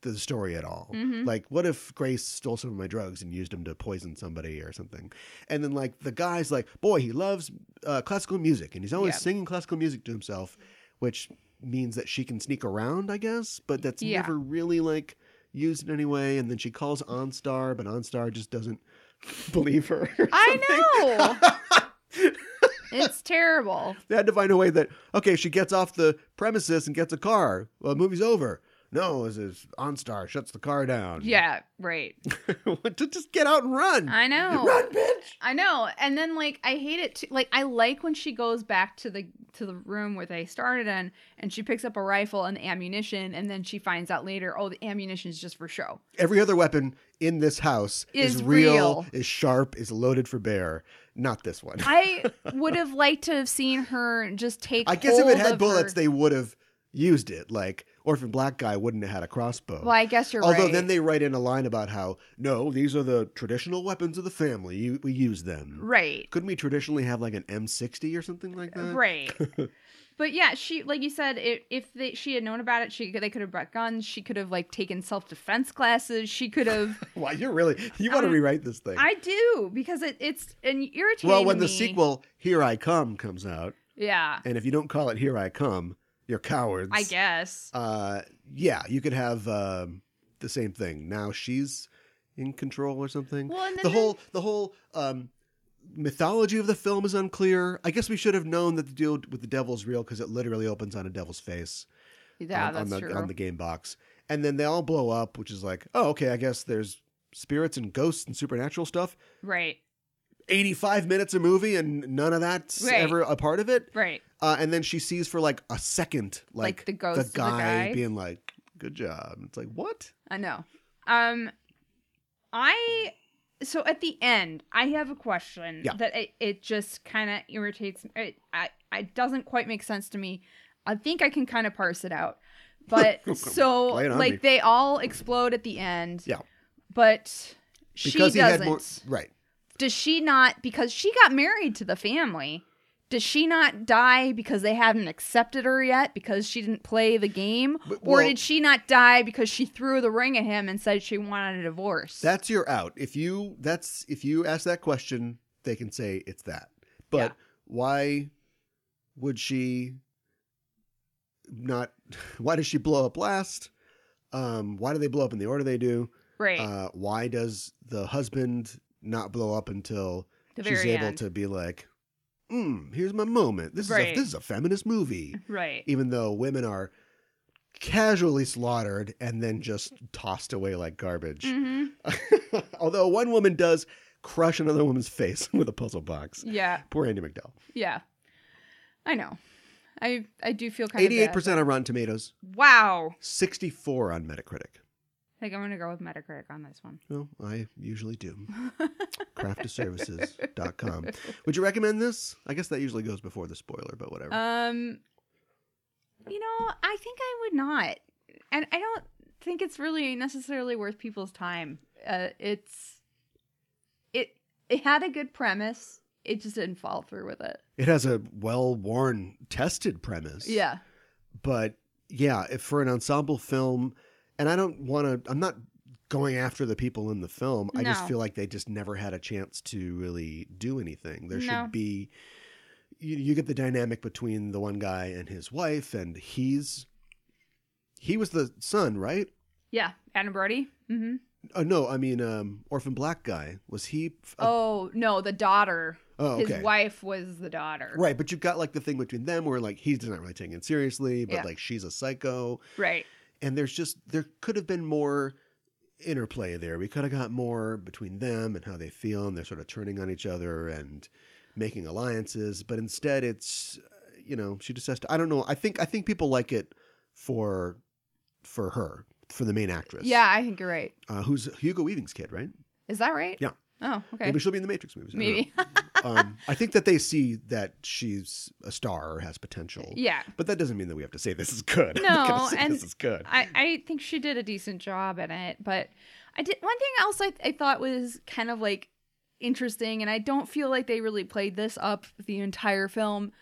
the story at all.
Mm-hmm.
Like, what if Grace stole some of my drugs and used them to poison somebody or something? And then, like, the guy's like, boy, he loves uh, classical music and he's always
Yeah.
singing classical music to himself, which means that she can sneak around, I guess, but that's
Yeah.
never really like used in any way. And then she calls OnStar, but OnStar just doesn't believe her. or something.
I know. it's terrible.
They had to find a way that okay, she gets off the premises and gets a car. Well, the movie's over. no, as is OnStar shuts the car down.
Yeah, right.
to just get out and run.
I know.
Run, bitch.
I know. And then like I hate it too. Like I like when she goes back to the to the room where they started in and she picks up a rifle and ammunition and then she finds out later, oh, the ammunition is just for show.
Every other weapon in this house is,
Is real.
is sharp, is loaded for bear. Not this one.
I would have liked to have seen her just take
I guess if
hold
it
of
had bullets,
her-
they would have used it. Like Orphan Black Guy wouldn't have had a crossbow.
Well, I guess you're
Although
right.
then they write in a line about how no, these are the traditional weapons of the family. You, we use them.
Right.
Couldn't we traditionally have like an M60 or something like that?
right but yeah she like you said i if they, she had known about it she could- they could have brought guns she could have like taken self-defense classes she could have
Wow, you're really you want to
Um,
rewrite this thing.
i do because it, it's an irritating
well,
to
when the
me.
sequel Here I Come comes out,
yeah
and if you don't call it Here I Come, you're cowards.
i guess
Uh, yeah, you could have um, the same thing. Now she's in control or something.
Well, and
the
then-
whole the whole um, mythology of the film is unclear. I guess we should have known that the deal with the devil's real because it literally opens on a devil's face
yeah
on,
that's
on the
true
on the game box, and then they all blow up, which is like, oh, okay, I guess there's spirits and ghosts and supernatural stuff.
right
85 minutes a movie and none of that's
Right.
ever a part of it.
right
Uh, and then she sees for like a second, like,
Like the ghost of the guy.
being like, good job. It's like, what?
i know um i so at the end i have a question
Yeah.
that it, it just kind of irritates me it, I, it doesn't quite make sense to me i think i can kind of parse it out but so
Lay it on
like
me.
they all explode at the end
Yeah.
but she doesn't
Right.
does she not because she got married to the family does she not die because they haven't accepted her yet because she didn't play the game
But-
or
well-
did she not die because she threw the ring at him and said she wanted a divorce
That's your out. If you, that's, if you ask that question, they can say it's that. But
Yeah.
why would she not, why does she blow up last? Um, why do they blow up in the order they do?
right
Uh, why does the husband not blow up until
the
she's
very
able
end.
to be like, mm, here's my moment. This is a,
Right.
this is a feminist movie,
right
even though women are casually slaughtered and then just tossed away like garbage.
hmm
Although one woman does crush another woman's face with a puzzle box.
yeah
Poor Andy McDowell.
yeah i know i i do feel kind
Eighty-eight
of
percent on Rotten Tomatoes,
bad. wow
sixty-four on Metacritic.
i think i'm gonna go with metacritic on this one
Well, I usually do. Craftofservices.com. Would you recommend this? I guess that usually goes before the spoiler, but whatever.
Um, you know, I think I would not, and I don't think it's really necessarily worth people's time. Uh, it's it it had a good premise. It just didn't fall through with it.
It has a well-worn, tested premise.
Yeah,
But yeah, if for an ensemble film, and I don't want to, I'm not going after the people in the film. I just
No.
feel like they just never had a chance to really do anything. There
No.
should be, you, you get the dynamic between the one guy and his wife, and he's, he was the son, right?
yeah. Adam Brody. Mm-hmm.
Oh, no, I mean, um, Orphan Black guy. Was he? a-
oh no, the daughter.
Oh, okay.
His wife was the daughter.
Right, but you've got like the thing between them where like he's not really taking it seriously, but
Yeah.
like she's a psycho.
Right.
and there's just there could have been more interplay there. We could have got more between them and how they feel, and they're sort of turning on each other and making alliances. But instead, it's uh, you know she just has to. I don't know. I think I think people like it for for her for the main actress.
Yeah, I think you're right.
uh, who's Hugo Weaving's kid, right?
Is that right?
Yeah.
Oh, okay.
Maybe she'll be in the Matrix movies. I don't
Maybe.
know. um, I think that they see that she's a star or has potential.
yeah.
But that doesn't mean that we have to say this is good. I'm
No,
not gonna say
and
this is good.
I, I think she did a decent job in it, but I did one thing else I, I thought was kind of like interesting, and I don't feel like they really played this up the entire film.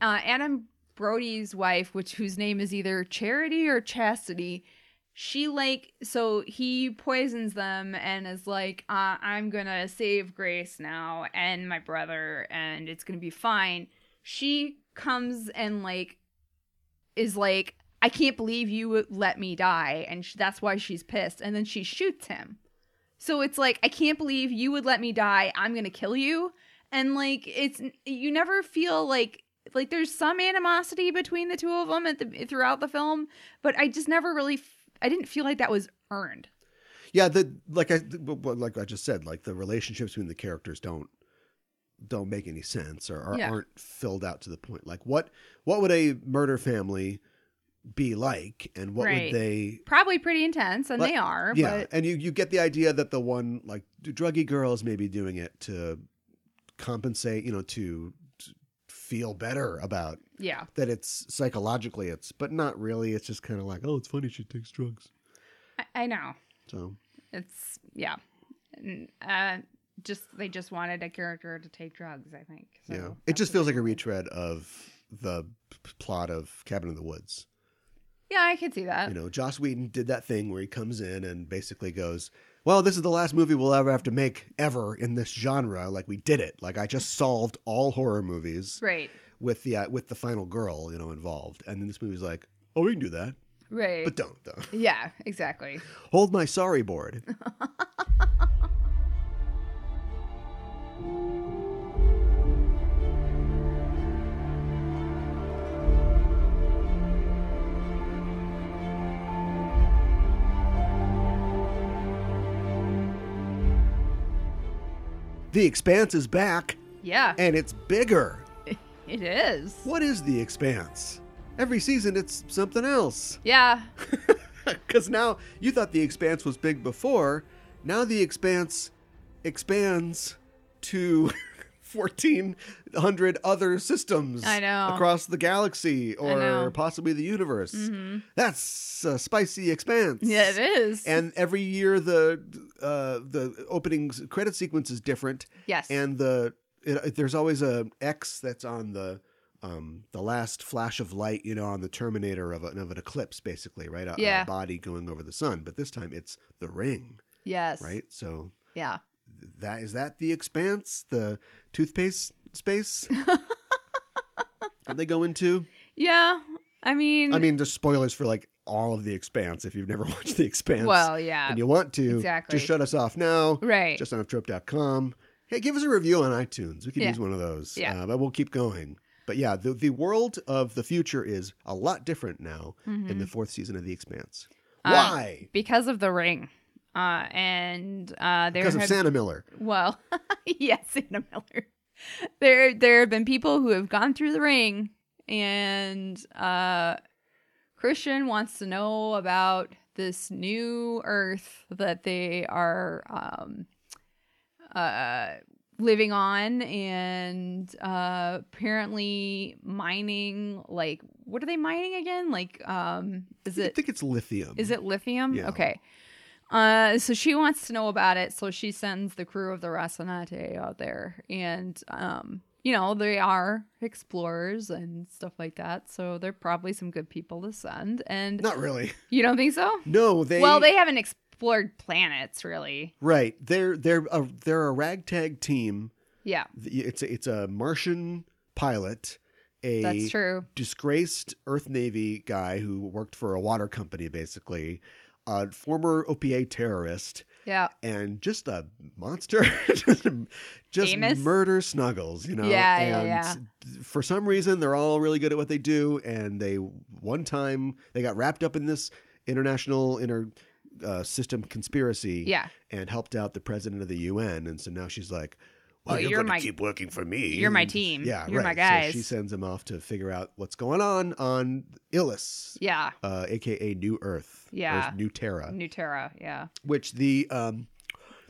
Uh, Adam Brody's wife, which whose name is either Charity or Chastity, she like so he poisons them and is like, uh, "I'm gonna save Grace now and my brother, and it's gonna be fine." She comes and like is like, I can't believe you let me die. And sh- that's why she's pissed. And then she shoots him. So it's like, I can't believe you would let me die. I'm going to kill you. And like, it's, you never feel like, like there's some animosity between the two of them at the, throughout the film, but I just never really, f- I didn't feel like that was earned.
yeah the like i the- what- what- like i just said like the relationships between the characters don't don't make any sense or, or
Yeah.
aren't filled out to the point like what what would a murder family be like and what
Right.
would they
Probably pretty intense, and
Like,
they are.
yeah
but
and you you get the idea that the one like the druggy girl is maybe doing it to compensate you know to, to feel better about
yeah,
that it's psychologically it's but not really it's just kind of like oh it's funny she takes drugs
I, I know.
so
It's yeah, and, uh, just they just wanted a character to take drugs. I think. So
yeah it
that's
just
what
feels
they
like a
wanted.
retread of the p- p- plot of cabin in the woods
Yeah, I could see that.
you know joss whedon did that thing where he comes in and basically goes well this is the last movie we'll ever have to make ever in this genre like we did it like i just solved all horror movies
Right.
with the uh, with the final girl you know involved and then this movie's like oh we can do that
Right.
but don't though
yeah, exactly.
hold my sorry board the expanse is back
Yeah,
and it's bigger
it is.
what is the expanse every season it's something else
Yeah,
because now you thought the expanse was big before. Now the expanse expands to 1,400 other systems
I know.
across the galaxy or
know. Mm-hmm.
possibly the universe. That's a spicy expanse.
yeah, it is.
And every year the uh, the opening s- credit sequence is different.
Yes.
And the it, it- there's always a X that's on the um, the last flash of light, you know, on the terminator of, a, of an eclipse, basically, right? A, a
Yeah.
body going over the sun, but this time it's the ring,
yes.
right? So
Yeah.
that is that the expanse, the toothpaste space that they go into.
Yeah. I mean.
I mean, there's spoilers for like all of the Expanse if you've never watched the Expanse.
Well, yeah.
and you want to,
exactly.
just shut us off now.
Right.
Just on uptrope.com. Hey, give us a review on iTunes. We could
Yeah.
use one of those.
Yeah.
Uh, but we'll keep going. But yeah, the, the world of the future is a lot different now
Mm-hmm.
in the fourth season of The Expanse.
Uh,
Why?
because of the ring. Uh, and uh, there
Because of
have-
Santa Miller.
well, yes, Anna Miller. There, there have been people who have gone through the ring, and uh, Christian wants to know about this new Earth that they are um, uh, living on, and uh, apparently mining. Like, what are they mining again? Like, um, is
I
it
think it's lithium.
is it lithium?
Yeah.
Okay. Uh, so she wants to know about it, so she sends the crew of the Rasanate out there, and um, you know they are explorers and stuff like that, so they're probably some good people to send. And
Not really.
you don't think so?
No, they.
well, they haven't explored planets really.
Right. They're, they're, a, they're a ragtag team.
Yeah,
It's a, it's a Martian pilot. A
that's true.
disgraced Earth Navy guy who worked for a water company, basically, a former OPA terrorist,
Yeah,
and just a monster. just just
Amos?
murder snuggles, you know?
Yeah, yeah,
and For some reason, they're all really good at what they do. And they, one time, they got wrapped up in this international inter uh, system conspiracy
yeah.
and helped out the president of the UN. And so now she's like, well,
Well,
you're,
you're
going
my-
to keep working for me.
you're my
And-
team.
Yeah,
You're my
right.
guys.
So she sends him off to figure out what's going on on Illus,
Yeah,
uh, aka New Earth. or
Yeah.
New Terra,
New Terra. Yeah,
which the um,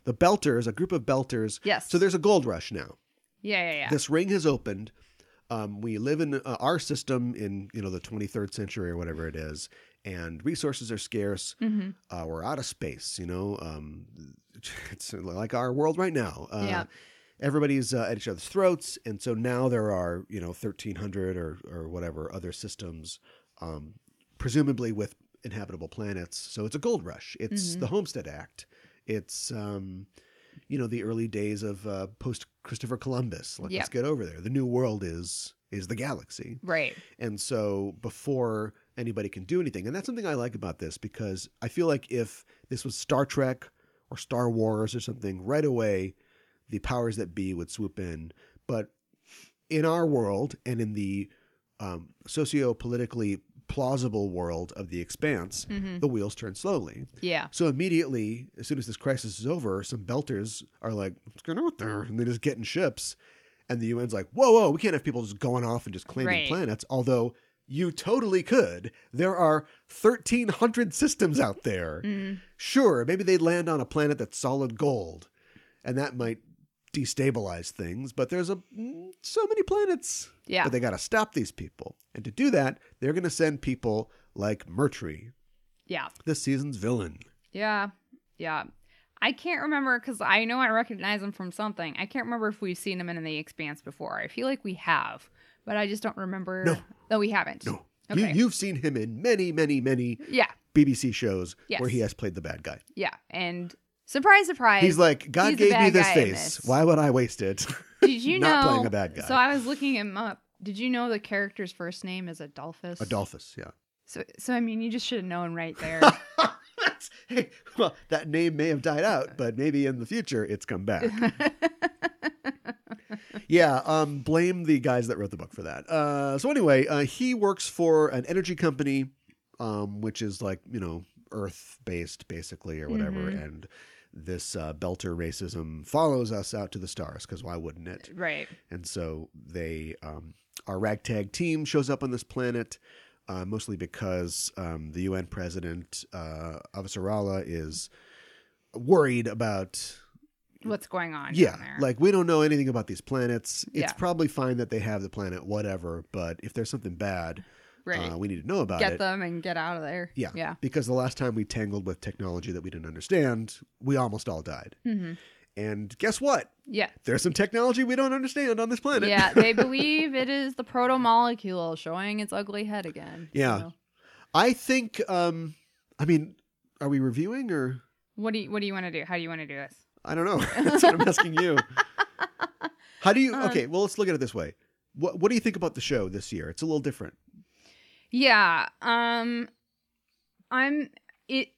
the Belters, a group of Belters.
Yes.
So there's a gold rush now.
yeah, yeah, yeah.
This ring has opened. Um, we live in uh, our system in you know the 23rd century or whatever it is, and resources are scarce.
Mm-hmm.
Uh, we're out of space. You know, um, it's like our world right now. Uh,
Yeah.
Everybody's uh, at each other's throats, and so now there are you know 1,300 or or whatever other systems, um, presumably with inhabitable planets. So it's a gold rush. It's
Mm-hmm.
the Homestead Act. It's um, you know the early days of uh, post Christopher Columbus. Like, let's
Yep.
get over there. The new world is is the galaxy,
right.
and so before anybody can do anything, and that's something I like about this because I feel like if this was Star Trek or Star Wars or something, right away the powers that be would swoop in. But in our world and in the um, socio politically plausible world of the expanse, the wheels turn slowly.
Yeah.
So immediately, as soon as this crisis is over, some belters are like, "What's going on out there?" and they just get in ships, and the UN's like, "Whoa, whoa, we can't have people just going off and just claiming
Right.
planets." Although you totally could. There are thirteen hundred systems out there.
Mm-hmm.
Sure, maybe they land on a planet that's solid gold, and that might destabilize things. But there's a mm, so many planets.
Yeah.
But they got to stop these people, and to do that, they're going to send people like Mercury,
Yeah.
this season's villain.
Yeah. Yeah. I can't remember because I know I recognize him from something. I can't remember if we've seen him in The Expanse before. I feel like we have, but I just don't remember.
No.
No, we haven't.
No.
Okay.
You, you've seen him in many, many, many
Yeah.
BBC shows
Yes.
where he has played the bad guy.
Yeah. And surprise, surprise.
He's like, God
he's the
gave me
bad
this
guy in
face.
this."
Why would I waste it?
Did you
not
know?
playing a bad guy.
So I was looking him up. Did you know the character's first name is Adolphus?
Adolphus, yeah.
So, so I mean, you just should have known right there.
That's, hey, well, that name may have died out, but maybe in the future it's come back. yeah, um, blame the guys that wrote the book for that. Uh, so anyway, uh, he works for an energy company, um, which is like you know Earth based basically or whatever, and this uh, Belter racism follows us out to the stars because why wouldn't it?
right.
And so they, um, our ragtag team shows up on this planet, uh, mostly because um, the UN president uh, Avicerala is worried about.
What's going on?
Yeah,
down there.
like we don't know anything about these planets. It's
Yeah.
probably fine that they have the planet, whatever. But if there's something bad,
right.
uh, we need to know about
get
it.
them and get out of there.
Yeah.
Yeah.
Because the last time we tangled with technology that we didn't understand, we almost all died. And guess what?
mm-hmm. Yeah.
There's some technology we don't understand on this planet.
Yeah, they believe it is the proto molecule showing its ugly head again.
Yeah.
So,
I think um I mean, are we reviewing or
what do you What do you want to do? How do you want to do this?
I don't know. That's what I'm asking you. How do you
Um,
Okay, well let's look at it this way. What what do you think about the show this year? It's a little different.
Yeah. Um, I'm it.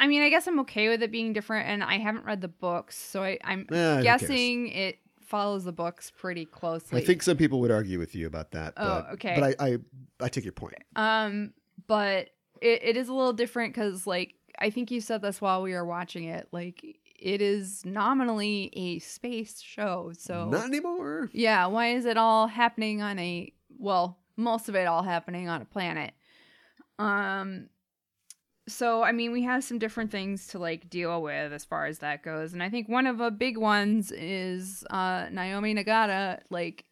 I mean, I guess I'm okay with it being different, and I haven't read the books, so I, I'm
Eh, who
guessing it follows the books pretty closely.
I think some people would argue with you about that.
Oh,
but,
okay.
But I, I I take your point.
Um, but it, it is a little different because, like, I think you said this while we were watching it. Like, it is nominally a space show, so
Not anymore.
Yeah, why is it all happening on a well, most of it all happening on a planet. Um so I mean, we have some different things to like deal with as far as that goes. And I think one of the big ones is uh Naomi Nagata like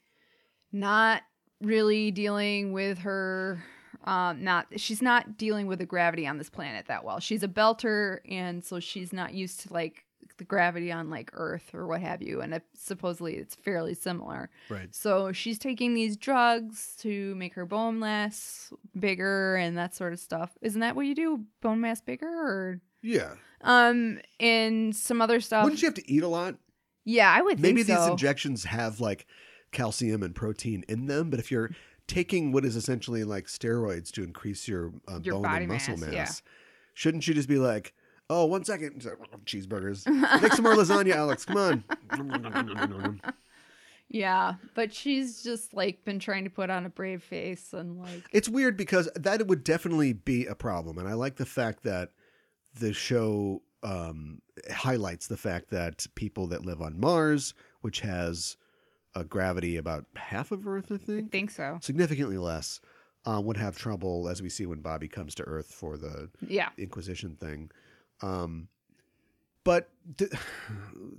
not really dealing with her um not she's not dealing with the gravity on this planet that well. She's a belter and so she's not used to like the gravity on like earth or what have you and it, supposedly it's fairly similar.
Right.
So she's taking these drugs to make her bone mass bigger and that sort of stuff. Isn't that what you do? Bone mass bigger or
Yeah.
um and some other stuff.
Wouldn't you have to eat a lot?
yeah, I would
Maybe
think so.
these injections have like calcium and protein in them, but if you're taking what is essentially like steroids to increase your, uh,
Your
bone
body
and muscle
mass,
mass,
yeah.
shouldn't you just be like, oh, one second, It's like, "Oh, cheeseburgers, make some more lasagna, Alex, come on.
yeah, but she's just like been trying to put on a brave face and like
it's weird because that would definitely be a problem, and I like the fact that the show um, highlights the fact that people that live on Mars, which has a gravity about half of Earth, I think,
think so.
significantly less, uh, would have trouble, as we see when Bobby comes to Earth for the
Yeah.
Inquisition thing. Um, but th-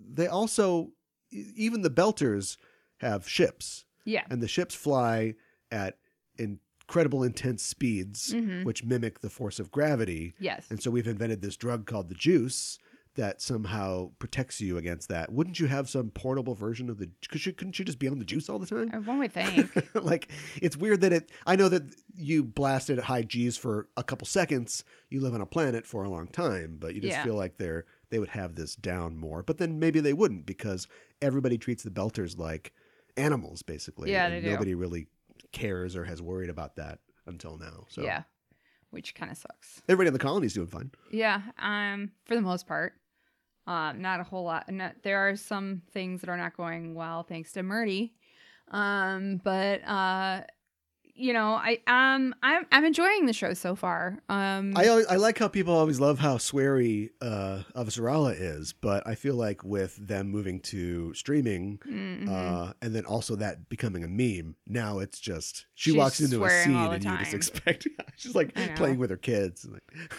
they also, e- even the Belters have ships,
Yeah.
and the ships fly at incredible intense speeds,
Mhm.
which mimic the force of gravity.
Yes.
And so we've invented this drug called the juice that somehow protects you against that. Wouldn't you have some portable version of the? Could you, couldn't you just be on the juice all the time?
One would think.
like it's weird that it i know that you blasted at high g's for a couple seconds you live on a planet for a long time but you just
Yeah.
feel like they're they would have this down more but then maybe they wouldn't because everybody treats the belters like animals basically
Yeah,
and
they do.
nobody really cares or has worried about that until now so
Yeah. Which kind of sucks.
everybody in the colony's doing fine
Yeah, um, for the most part, um, not a whole lot. Not, there are some things that are not going well, thanks to Murdy, um, but uh, you know, I um I'm I'm enjoying the show so far. Um
I always, I like how people always love how sweary uh, Avasarala is, but I feel like with them moving to streaming,
mm-hmm.
uh, and then also that becoming a meme, now it's just she
She's
walks into a
swearing
scene
all the
and you just
time.
expect she's like
I know.
playing with her kids. and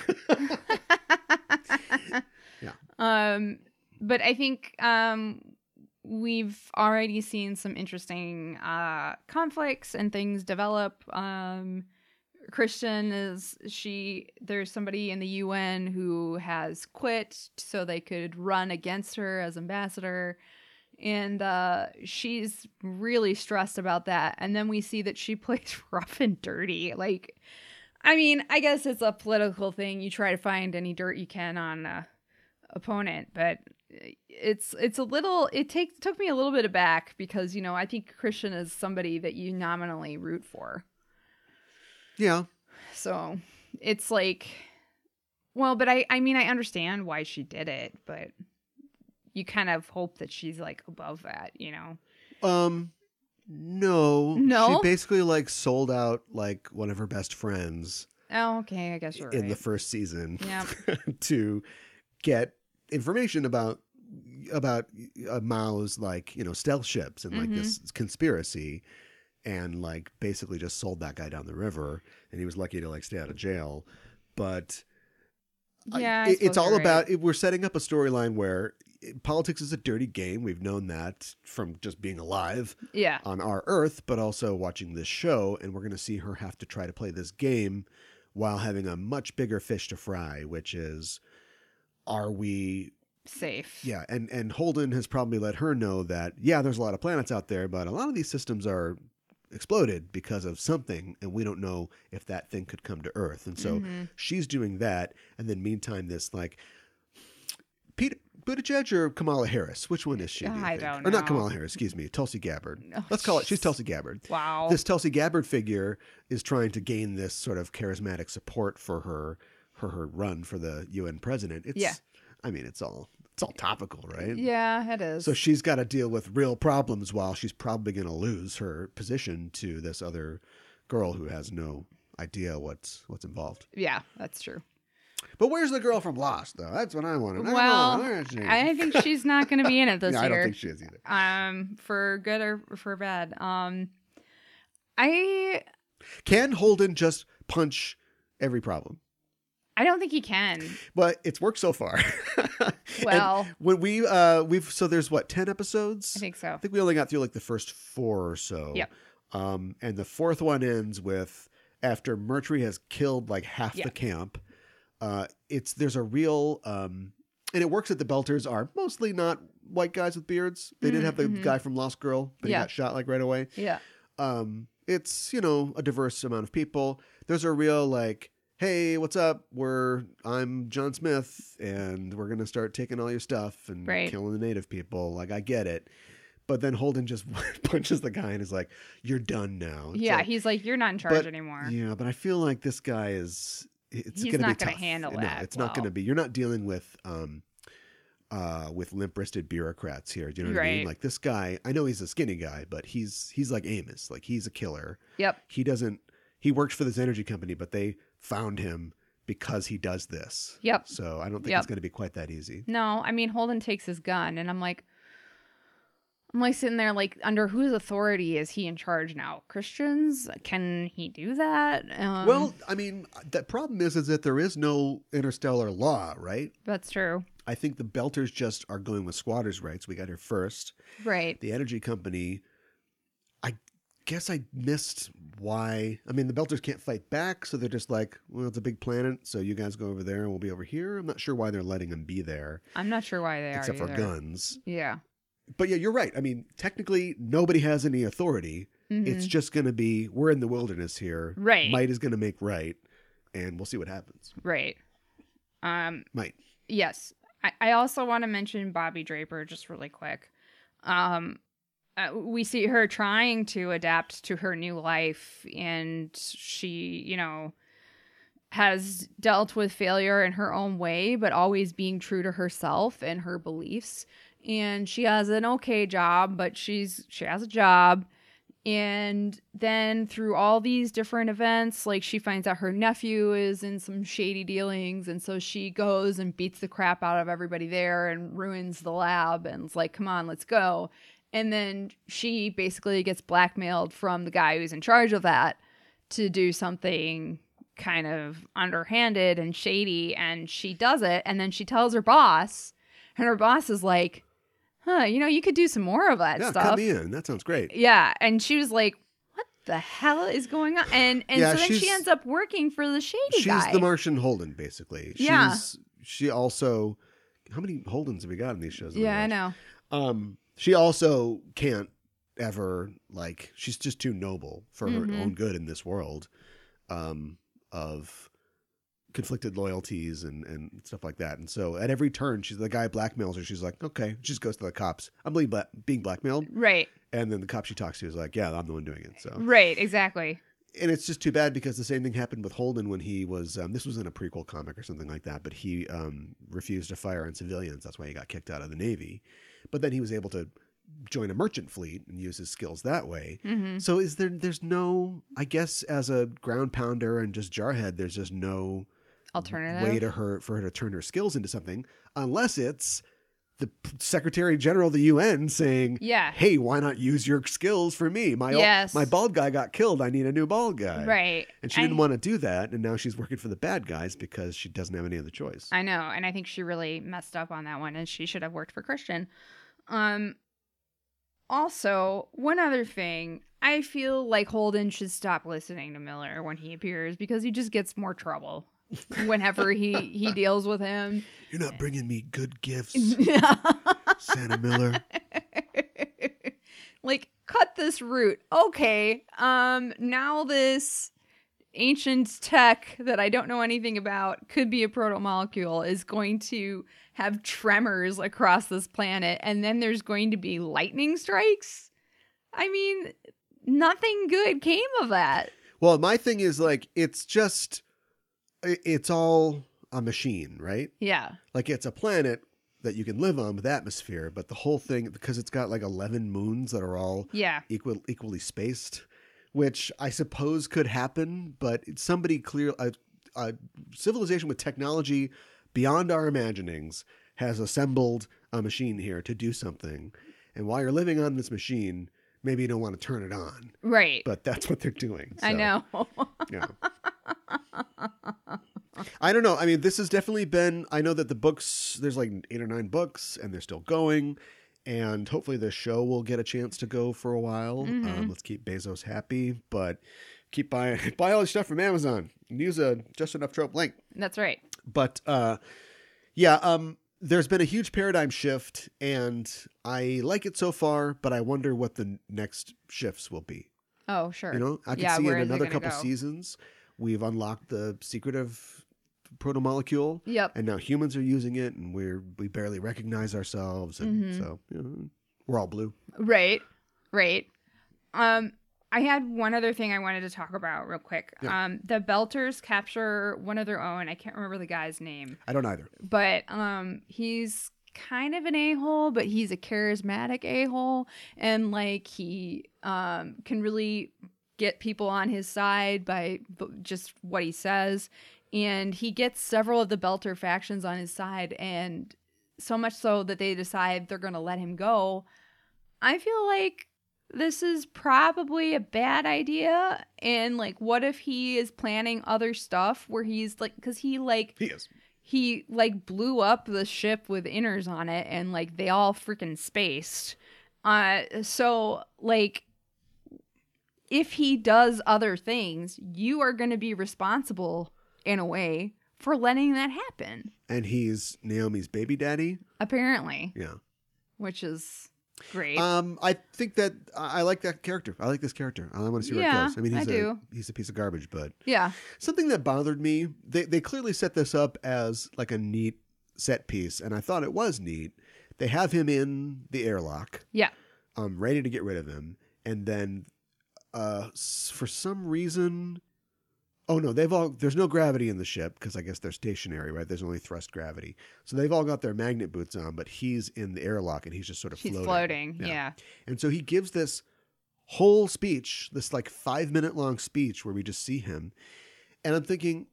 like-
Um, but I think um, we've already seen some interesting uh, conflicts and things develop. Um, Christian is she there's somebody in the UN who has quit so they could run against her as ambassador and uh she's really stressed about that and then we see that she plays rough and dirty like I mean I guess it's a political thing you try to find any dirt you can on uh opponent but it's it's a little it takes took me a little bit aback because you know i think christian is somebody that you nominally root for
yeah,
so it's like well but i i mean i understand why she did it but you kind of hope that she's like above that you know
um, no,
No?
she basically like sold out like one of her best friends
oh okay i guess you're
in
right
the first season
Yep.
to get information about about uh, Mao's like you know stealth ships and like this
Mm-hmm.
conspiracy, and like basically just sold that guy down the river, and he was lucky to like stay out of jail, but. I-
yeah
it-
I
it's
suppose
all
you're
about
right.
it, we're setting up a storyline where eh, politics is a dirty game. We've known that from just being alive
yeah
on our earth, but also watching this show. And we're going to see her have to try to play this game while having a much bigger fish to fry, which is are we
safe
yeah and and holden has probably let her know that yeah there's a lot of planets out there but a lot of these systems are exploded because of something and we don't know if that thing could come to earth and so
Mm-hmm.
she's doing that and then meantime this like Pete Buttigieg or Kamala Harris? Which one is she? do you
I
think?
don't
Or not
know.
Kamala Harris, excuse me, Tulsi Gabbard.
Oh,
Let's call it, she's
jeez.
Tulsi Gabbard.
wow
This Tulsi Gabbard figure is trying to gain this sort of charismatic support for her, for her run for the UN president. It's,
Yeah.
I mean, it's all, it's all topical, right?
yeah it is
So she's got to deal with real problems while she's probably going to lose her position to this other girl who has no idea what's what's involved.
yeah that's true
But where's the girl from Lost though? That's what I want to know.
well
Where is she?
i think she's not going to be in it this
No,
year
I don't think she is either.
um for good or for bad um i
Can Holden just punch every problem?
i don't think he can
But it's worked so far. And
Well.
when we uh we've so there's what ten episodes.
i think so
I think we only got through like the first four or so.
Yep.
Um, and the fourth one ends with after Mercury has killed like half
Yeah.
the camp. Uh, it's there's a real um, and it works that the Belters are mostly not white guys with beards. They did have the guy from Lost Girl, but
Mm, mm-hmm. Yeah.
he got shot like right away.
yeah
Um, it's you know a diverse amount of people. There's a real like. Hey, what's up? We're I'm John Smith, and we're gonna start taking all your stuff and
Right.
killing the native people. Like I get it, but then Holden just punches the guy and is like, "You're done now." Oh, It's
yeah
like,
he's like you're not in charge
but-
anymore
Yeah, but I feel like this guy is. It's
He's
gonna
not
be
gonna
tough.
handle
no,
that
It's not gonna
well.
be. You're not dealing with um, uh, with limp wristed bureaucrats here. Do you know what I mean?
Right.
Like this guy. I know he's a skinny guy, but he's he's like Amos. Like he's a killer.
yep
He doesn't. He works for this energy company, but they found him because he does this.
Yep.
So I don't think
Yep.
it's gonna be quite that easy.
no i mean holden takes his gun and i'm like i'm like sitting there like under whose authority is he in charge now christians can he do that um,
well, I mean, the problem is, is that there is no interstellar law, right?
that's true
I think the Belters just are going with squatters' rights. We got here first.
right
The energy company, I guess I missed why. I mean, the Belters can't fight back, so they're just like, well, it's a big planet, so you guys go over there and we'll be over here. I'm not sure why they're letting them be there,
i'm not sure why they
except
are
for
either.
guns.
yeah
But yeah, you're right. I mean, technically, nobody has any authority. It's just going to be, we're in the wilderness here.
Mm-hmm. Right.
Might is going to make right, and we'll see what happens.
Mm-hmm. right um
Might.
Yes. I, I also want to mention Bobby Draper just really quick. Um, uh, we see her trying to adapt to her new life, and she, you know, has dealt with failure in her own way, but always being true to herself and her beliefs. And she has an okay job, but she's she has a job And then through all these different events, like she finds out her nephew is in some shady dealings. And so she goes and beats the crap out of everybody there and ruins the lab and's like, come on, let's go. And then she basically gets blackmailed from the guy who's in charge of that to do something kind of underhanded and shady and she does it and then she tells her boss and her boss is like huh you know you could do some more of that
Yeah,
stuff
come in. That sounds great.
yeah and she was like what the hell is going on and and
Yeah,
so then she
she's-
ends up working for the shady
She's
guy
the Martian Holden, basically.
Yeah.
She's she also how many Holdens have we got in these shows? that we
yeah i
watch?
know
Um, she also can't ever like she's just too noble for her own good in this world, um, of conflicted loyalties and and stuff like that. And so at every turn, she's the guy blackmails her. She's like, okay, she just goes to the cops. I'm being bla- being blackmailed,
right
and then the cop she talks to is like, yeah, I'm the one doing it. So
right exactly
and it's just too bad because the same thing happened with Holden when he was um, this was in a prequel comic or something like that, but he um, refused to fire on civilians. That's why he got kicked out of the Navy. But then he was able to join a merchant fleet and use his skills that way.
Mm-hmm.
So is there there's no I guess as a ground pounder and just jarhead, there's just no
alternative
way to her for her to turn her skills into something unless it's the p- Secretary General of the UN saying,
Yeah.
hey, why not use your skills for me? My ol-
Yes.
my bald guy got killed. I need a new bald guy."
right
And she
I-
didn't want to do that, and now she's working for the bad guys because she doesn't have any other choice.
I know, and I think she really messed up on that one, and she should have worked for Christian. Um. Also, one other thing, I feel like Holden should stop listening to Miller when he appears because he just gets more trouble whenever he he deals with him.
You're not bringing me good gifts, Santa Miller.
like cut this root okay um now this ancient tech that i don't know anything about could be a protomolecule is going to have tremors across this planet and then there's going to be lightning strikes i mean nothing good came of that
Well, my thing is like it's just i- it's all a machine, right?
yeah
Like it's a planet that you can live on with atmosphere, but the whole thing because it's got like eleven moons that are all
yeah
equal equally spaced, which I suppose could happen, but it's somebody clear a, a civilization with technology beyond our imaginings has assembled a machine here to do something, and while you're living on this machine, maybe you don't want to turn it on,
right
but that's what they're doing.
i
so,
know
Yeah. I don't know. I mean, this has definitely been. I know that the books, there's like eight or nine books, and they're still going. And hopefully, the show will get a chance to go for a while. Um, let's keep Bezos happy, but keep buying buy all your stuff from Amazon. and Use a just enough trope link.
that's right
But uh, yeah, um, there's been a huge paradigm shift, and I like it so far. But I wonder what the next shifts will be.
oh sure
You know, I can
Yeah,
see in
where is it
another
gonna
couple
go?
seasons, we've unlocked the secret of protomolecule.
Yep.
And now humans are using it, and we're we barely recognize ourselves, and
Mm-hmm.
so you know, we're all blue.
Right. Right. Um I had one other thing I wanted to talk about real quick. Um the Belters capture one of their own. I can't remember the guy's name,
I don't either.
but um he's kind of an a-hole, but he's a charismatic a-hole and like he um can really get people on his side by b- just what he says and he gets several of the Belter factions on his side and so much so that they decide they're going to let him go. I feel like this is probably a bad idea. And like, what if he is planning other stuff where he's like, because he like,
He is.
he like blew up the ship with inners on it and like they all freaking spaced. Uh, so like, if he does other things, you are going to be responsible in a way for letting that happen,
And he's Naomi's baby daddy.
apparently,
Yeah.
which is great.
Um, I think that I I like that character. I like this character. I want to see where
Yeah,
it goes. I mean,
I
he's a
do.
he's a piece of garbage, but
yeah.
Something that bothered me, they, they clearly set this up as like a neat set piece, and I thought it was neat. They have him in the airlock,
Yeah.
um, ready to get rid of him, and then uh, s- for some reason, oh no, they've all there's no gravity in the ship because I guess they're stationary, right? There's only thrust gravity, so they've all got their magnet boots on, but he's in the airlock and he's just sort of
He's
floating.
floating. Yeah.
And so he gives this whole speech, this like five minute long speech where we just see him. And I'm thinking,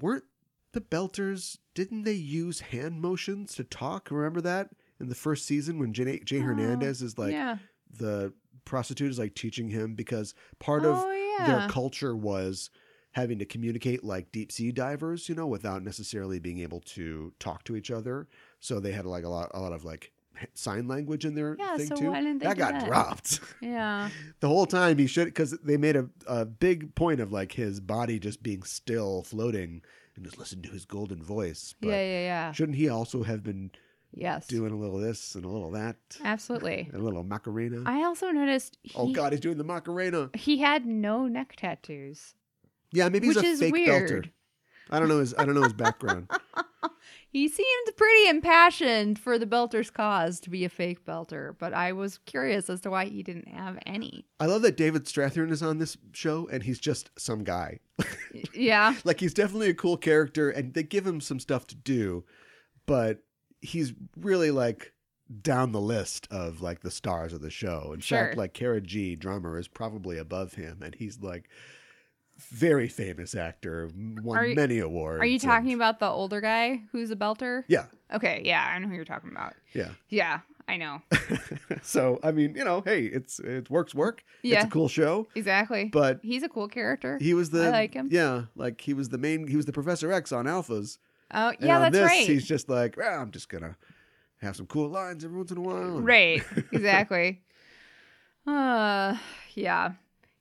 weren't the Belters, didn't they use hand motions to talk? Remember that in the first season when Jay, Jay Hernandez is like,
yeah.
the prostitute is like teaching him because part
Oh,
of
yeah.
their culture was having to communicate like deep sea divers, you know, without necessarily being able to talk to each other. So they had like a lot, a lot of like h- sign language in their
Yeah,
thing
so
too.
why didn't they
that
do
got
that?
dropped
Yeah.
the whole time. He should because they made a, a big point of like his body just being still, floating, and just listen to his golden voice. But
yeah. Yeah. Yeah.
Shouldn't he also have been
Yes.
doing a little of this and a little of that,
Absolutely.
and a little macarena?
I also noticed he,
oh God, he's doing the macarena.
he had no neck tattoos,
Yeah, maybe he's
which
a
is
fake
weird.
belter. I don't know his I don't know his background.
He seemed pretty impassioned for the Belter's cause to be a fake Belter, but I was curious as to why he didn't have any.
I love that David Strathern is on this show and he's just some guy.
Y- Yeah.
like he's definitely a cool character and they give him some stuff to do, but he's really like down the list of like the stars of the show. In
Sure.
fact, like Kara G, drummer, is probably above him and he's like very famous actor, won
Are you-
many awards.
Are you
and-
talking about the older guy who's a Belter?
Yeah,
Okay. Yeah. I know who you're talking about.
yeah.
Yeah. I know.
So I mean, you know, hey, it's it works work.
Yeah.
It's a cool show.
Exactly.
But
he's a cool character.
He was the
I like him.
Yeah, like he was the main. He was the Professor X on Alphas.
Oh,
And
yeah,
on
that's
this,
right.
He's just like, "Ah, I'm just gonna have some cool lines every once in a while.
Right. Exactly. uh yeah.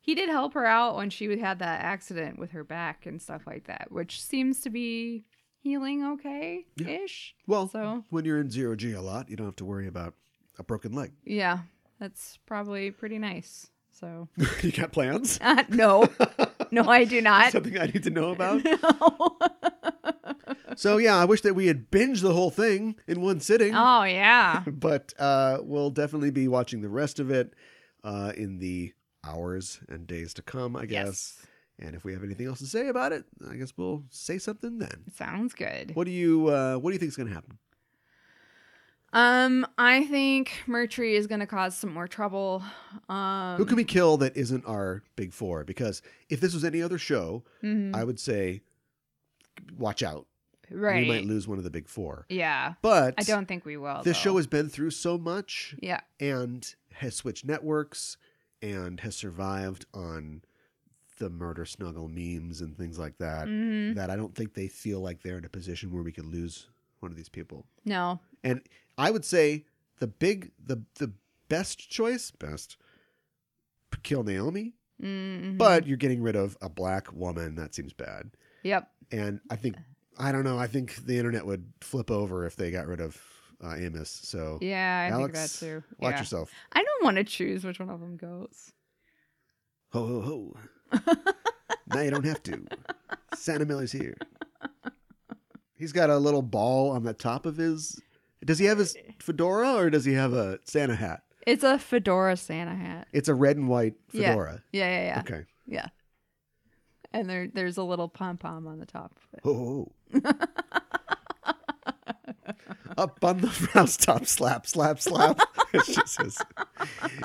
He did help her out when she had that accident with her back and stuff like that, which seems to be healing okay ish.
Well,
So-
when you're in zero G a lot, you don't have to worry about a broken leg.
Yeah. That's probably pretty nice. So
you got plans?
Uh, no. No, I do not.
Something I need to know about.
No.
so yeah, I wish that we had binged the whole thing in one sitting.
oh yeah.
But uh, we'll definitely be watching the rest of it uh, in the hours and days to come, I guess. And if we have anything else to say about it, I guess we'll say something then.
Yes. Sounds good.
What do you uh, What do you think is going to happen?
Um, I think Mercury is gonna cause some more trouble. Um
Who can we kill that isn't our big four? Because if this was any other show,
Mm-hmm.
I would say, watch out.
right.
We might lose one of the big four.
Yeah.
But
I don't think we will.
This
though.
show has been through so much
Yeah.
and has switched networks and has survived on the murder snuggle memes and things like that.
mm-hmm.
That I don't think they feel like they're in a position where we could lose one of these people.
No.
And I would say the big, the the best choice, best p- kill Naomi,
mm
but you're getting rid of a black woman. That seems bad.
Yep.
And I think I don't know. I think the internet would flip over if they got rid of uh, Amos. So
Yeah, I
Alex,
think that too.
watch
Yeah.
yourself.
I don't want to choose which one of them goes.
Ho ho ho! now you don't have to. Santa Miller's here. He's got a little ball on the top of his. Does he have his fedora or does he have a Santa hat?
It's a fedora Santa hat.
It's a red and white
Yeah.
fedora.
Yeah, yeah, yeah.
Okay.
Yeah. And there there's a little pom pom on the top. of it.
Ho ho. ho. Up on the housetop, slap, slap, slap. it's just his,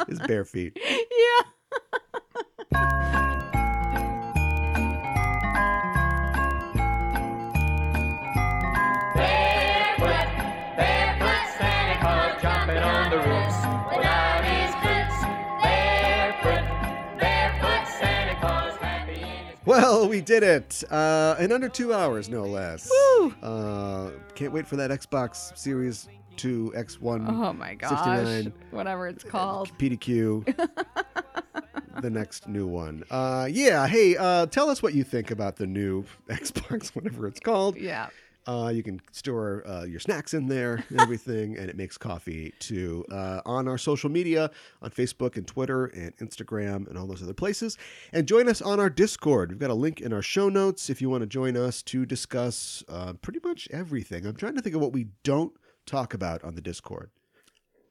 his bare feet.
yeah.
Barefoot Santa Claus jumping on the roofs without his boots. Barefoot, barefoot Santa Claus happy in his
Well, we did it uh, in under two hours, no less. Woo! Uh, can't wait for that Xbox Series Two X One.
Oh my gosh.
69.
Whatever it's called.
PDQ. the next new one. Uh, yeah. Hey, uh, tell us what you think about the new Xbox, whatever it's called.
Yeah.
Uh, you can store uh, your snacks in there, and everything, and it makes coffee too. Uh, on our social media, on Facebook and Twitter and Instagram and all those other places. And join us on our Discord. We've got a link in our show notes if you want to join us to discuss uh, pretty much everything. I'm trying to think of what we don't talk about on the Discord.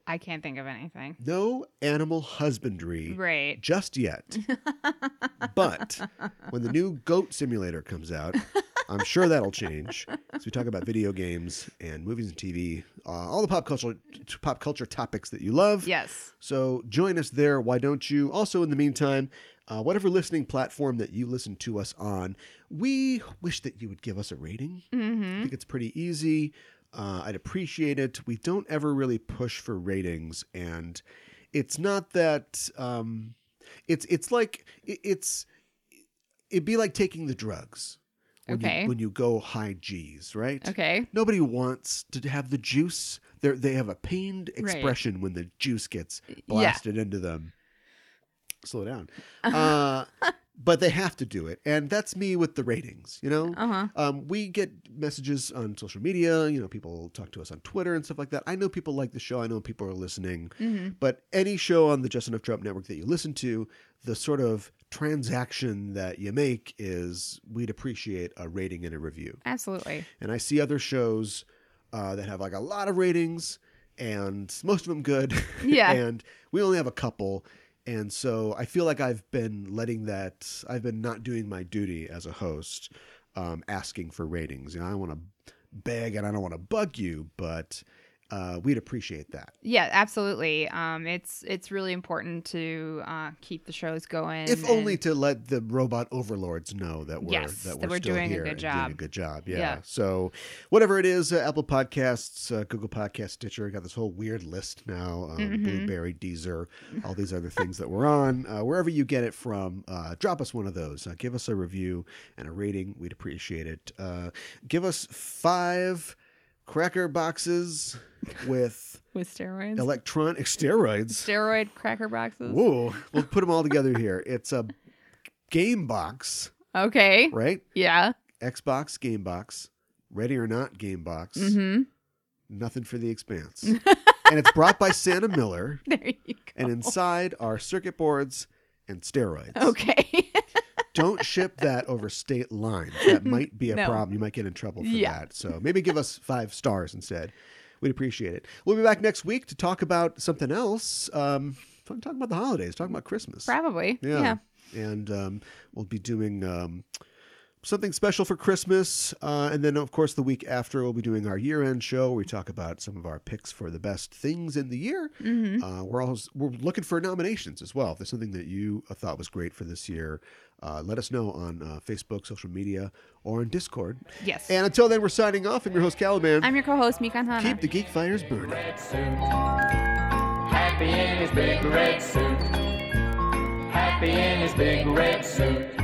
I can't think of anything.
No animal husbandry
Right.
just yet. but when the new goat simulator comes out, I'm sure that'll change. So we talk about video games and movies and TV, uh, all the pop culture t- pop culture topics that you love.
Yes.
So join us there. Why don't you? Also, in the meantime, uh, whatever listening platform that you listen to us on, we wish that you would give us a rating. I think it's pretty easy. Uh, I'd appreciate it. We don't ever really push for ratings, and it's not that. Um, it's it's like it, it's it'd be like taking the drugs. When
Okay.
You, when you go high G's, right?
Okay.
Nobody wants to have the juice. They they have a pained expression when the juice gets blasted into them. Slow down. Uh, but they have to do it, and that's me with the ratings. You know,
Uh-huh.
um, we get messages on social media. You know, people talk to us on Twitter and stuff like that. I know people like the show. I know people are listening. But any show on the Justin F. Trump network that you listen to, the sort of transaction that you make is we'd appreciate a rating and a review
Absolutely.
and I see other shows uh, that have like a lot of ratings and most of them good.
Yeah.
and we only have a couple. And so I feel like I've been letting that, I've been not doing my duty as a host, um, asking for ratings. You know, I want to beg and I don't want to bug you, but uh, we'd appreciate that.
Yeah, absolutely. Um, it's it's really important to uh, keep the shows going.
if only
and-
to let the robot overlords know that we're
Yes,
that
that
we're,
we're
still
doing a
here
good
and
job.
doing a good job. Yeah.
Yeah.
So whatever it is, uh, Apple Podcasts, uh, Google Podcasts, Stitcher, got this whole weird list now. Um,
Mm-hmm.
Blueberry, Deezer, all these other things that we're on. Uh, wherever you get it from, uh, drop us one of those. Uh, give us a review and a rating. We'd appreciate it. Uh, give us five cracker boxes with
with steroids,
electronic steroids.
steroid cracker boxes.
Whoa, we'll put them all together here. It's a game box,
Okay.
right?
Yeah.
Xbox game box, ready or not game box.
Mm-hmm.
Nothing for the expanse. and it's brought by Santa Miller.
There you go.
And inside are circuit boards and steroids.
Okay.
Don't ship that over state lines. That might be a
No.
problem. You might get in trouble for
Yeah.
that. So maybe give us five stars instead. We'd appreciate it. We'll be back next week to talk about something else. Um, talking about the holidays, talking about Christmas.
Probably. Yeah.
Yeah. And um, we'll be doing um, something special for Christmas. Uh, and then, of course, the week after, we'll be doing our year end show where we talk about some of our picks for the best things in the year.
Mm-hmm.
Uh, we're, also, we're looking for nominations as well. If there's something that you uh, thought was great for this year, uh, let us know on uh, Facebook, social media, or on Discord.
Yes.
And until then, we're signing off. I'm your host, Caliban.
I'm your co-host Mikan Hana.
Keep the geek fires burning.
red suit. Happy in his big red suit. Happy in his big red suit.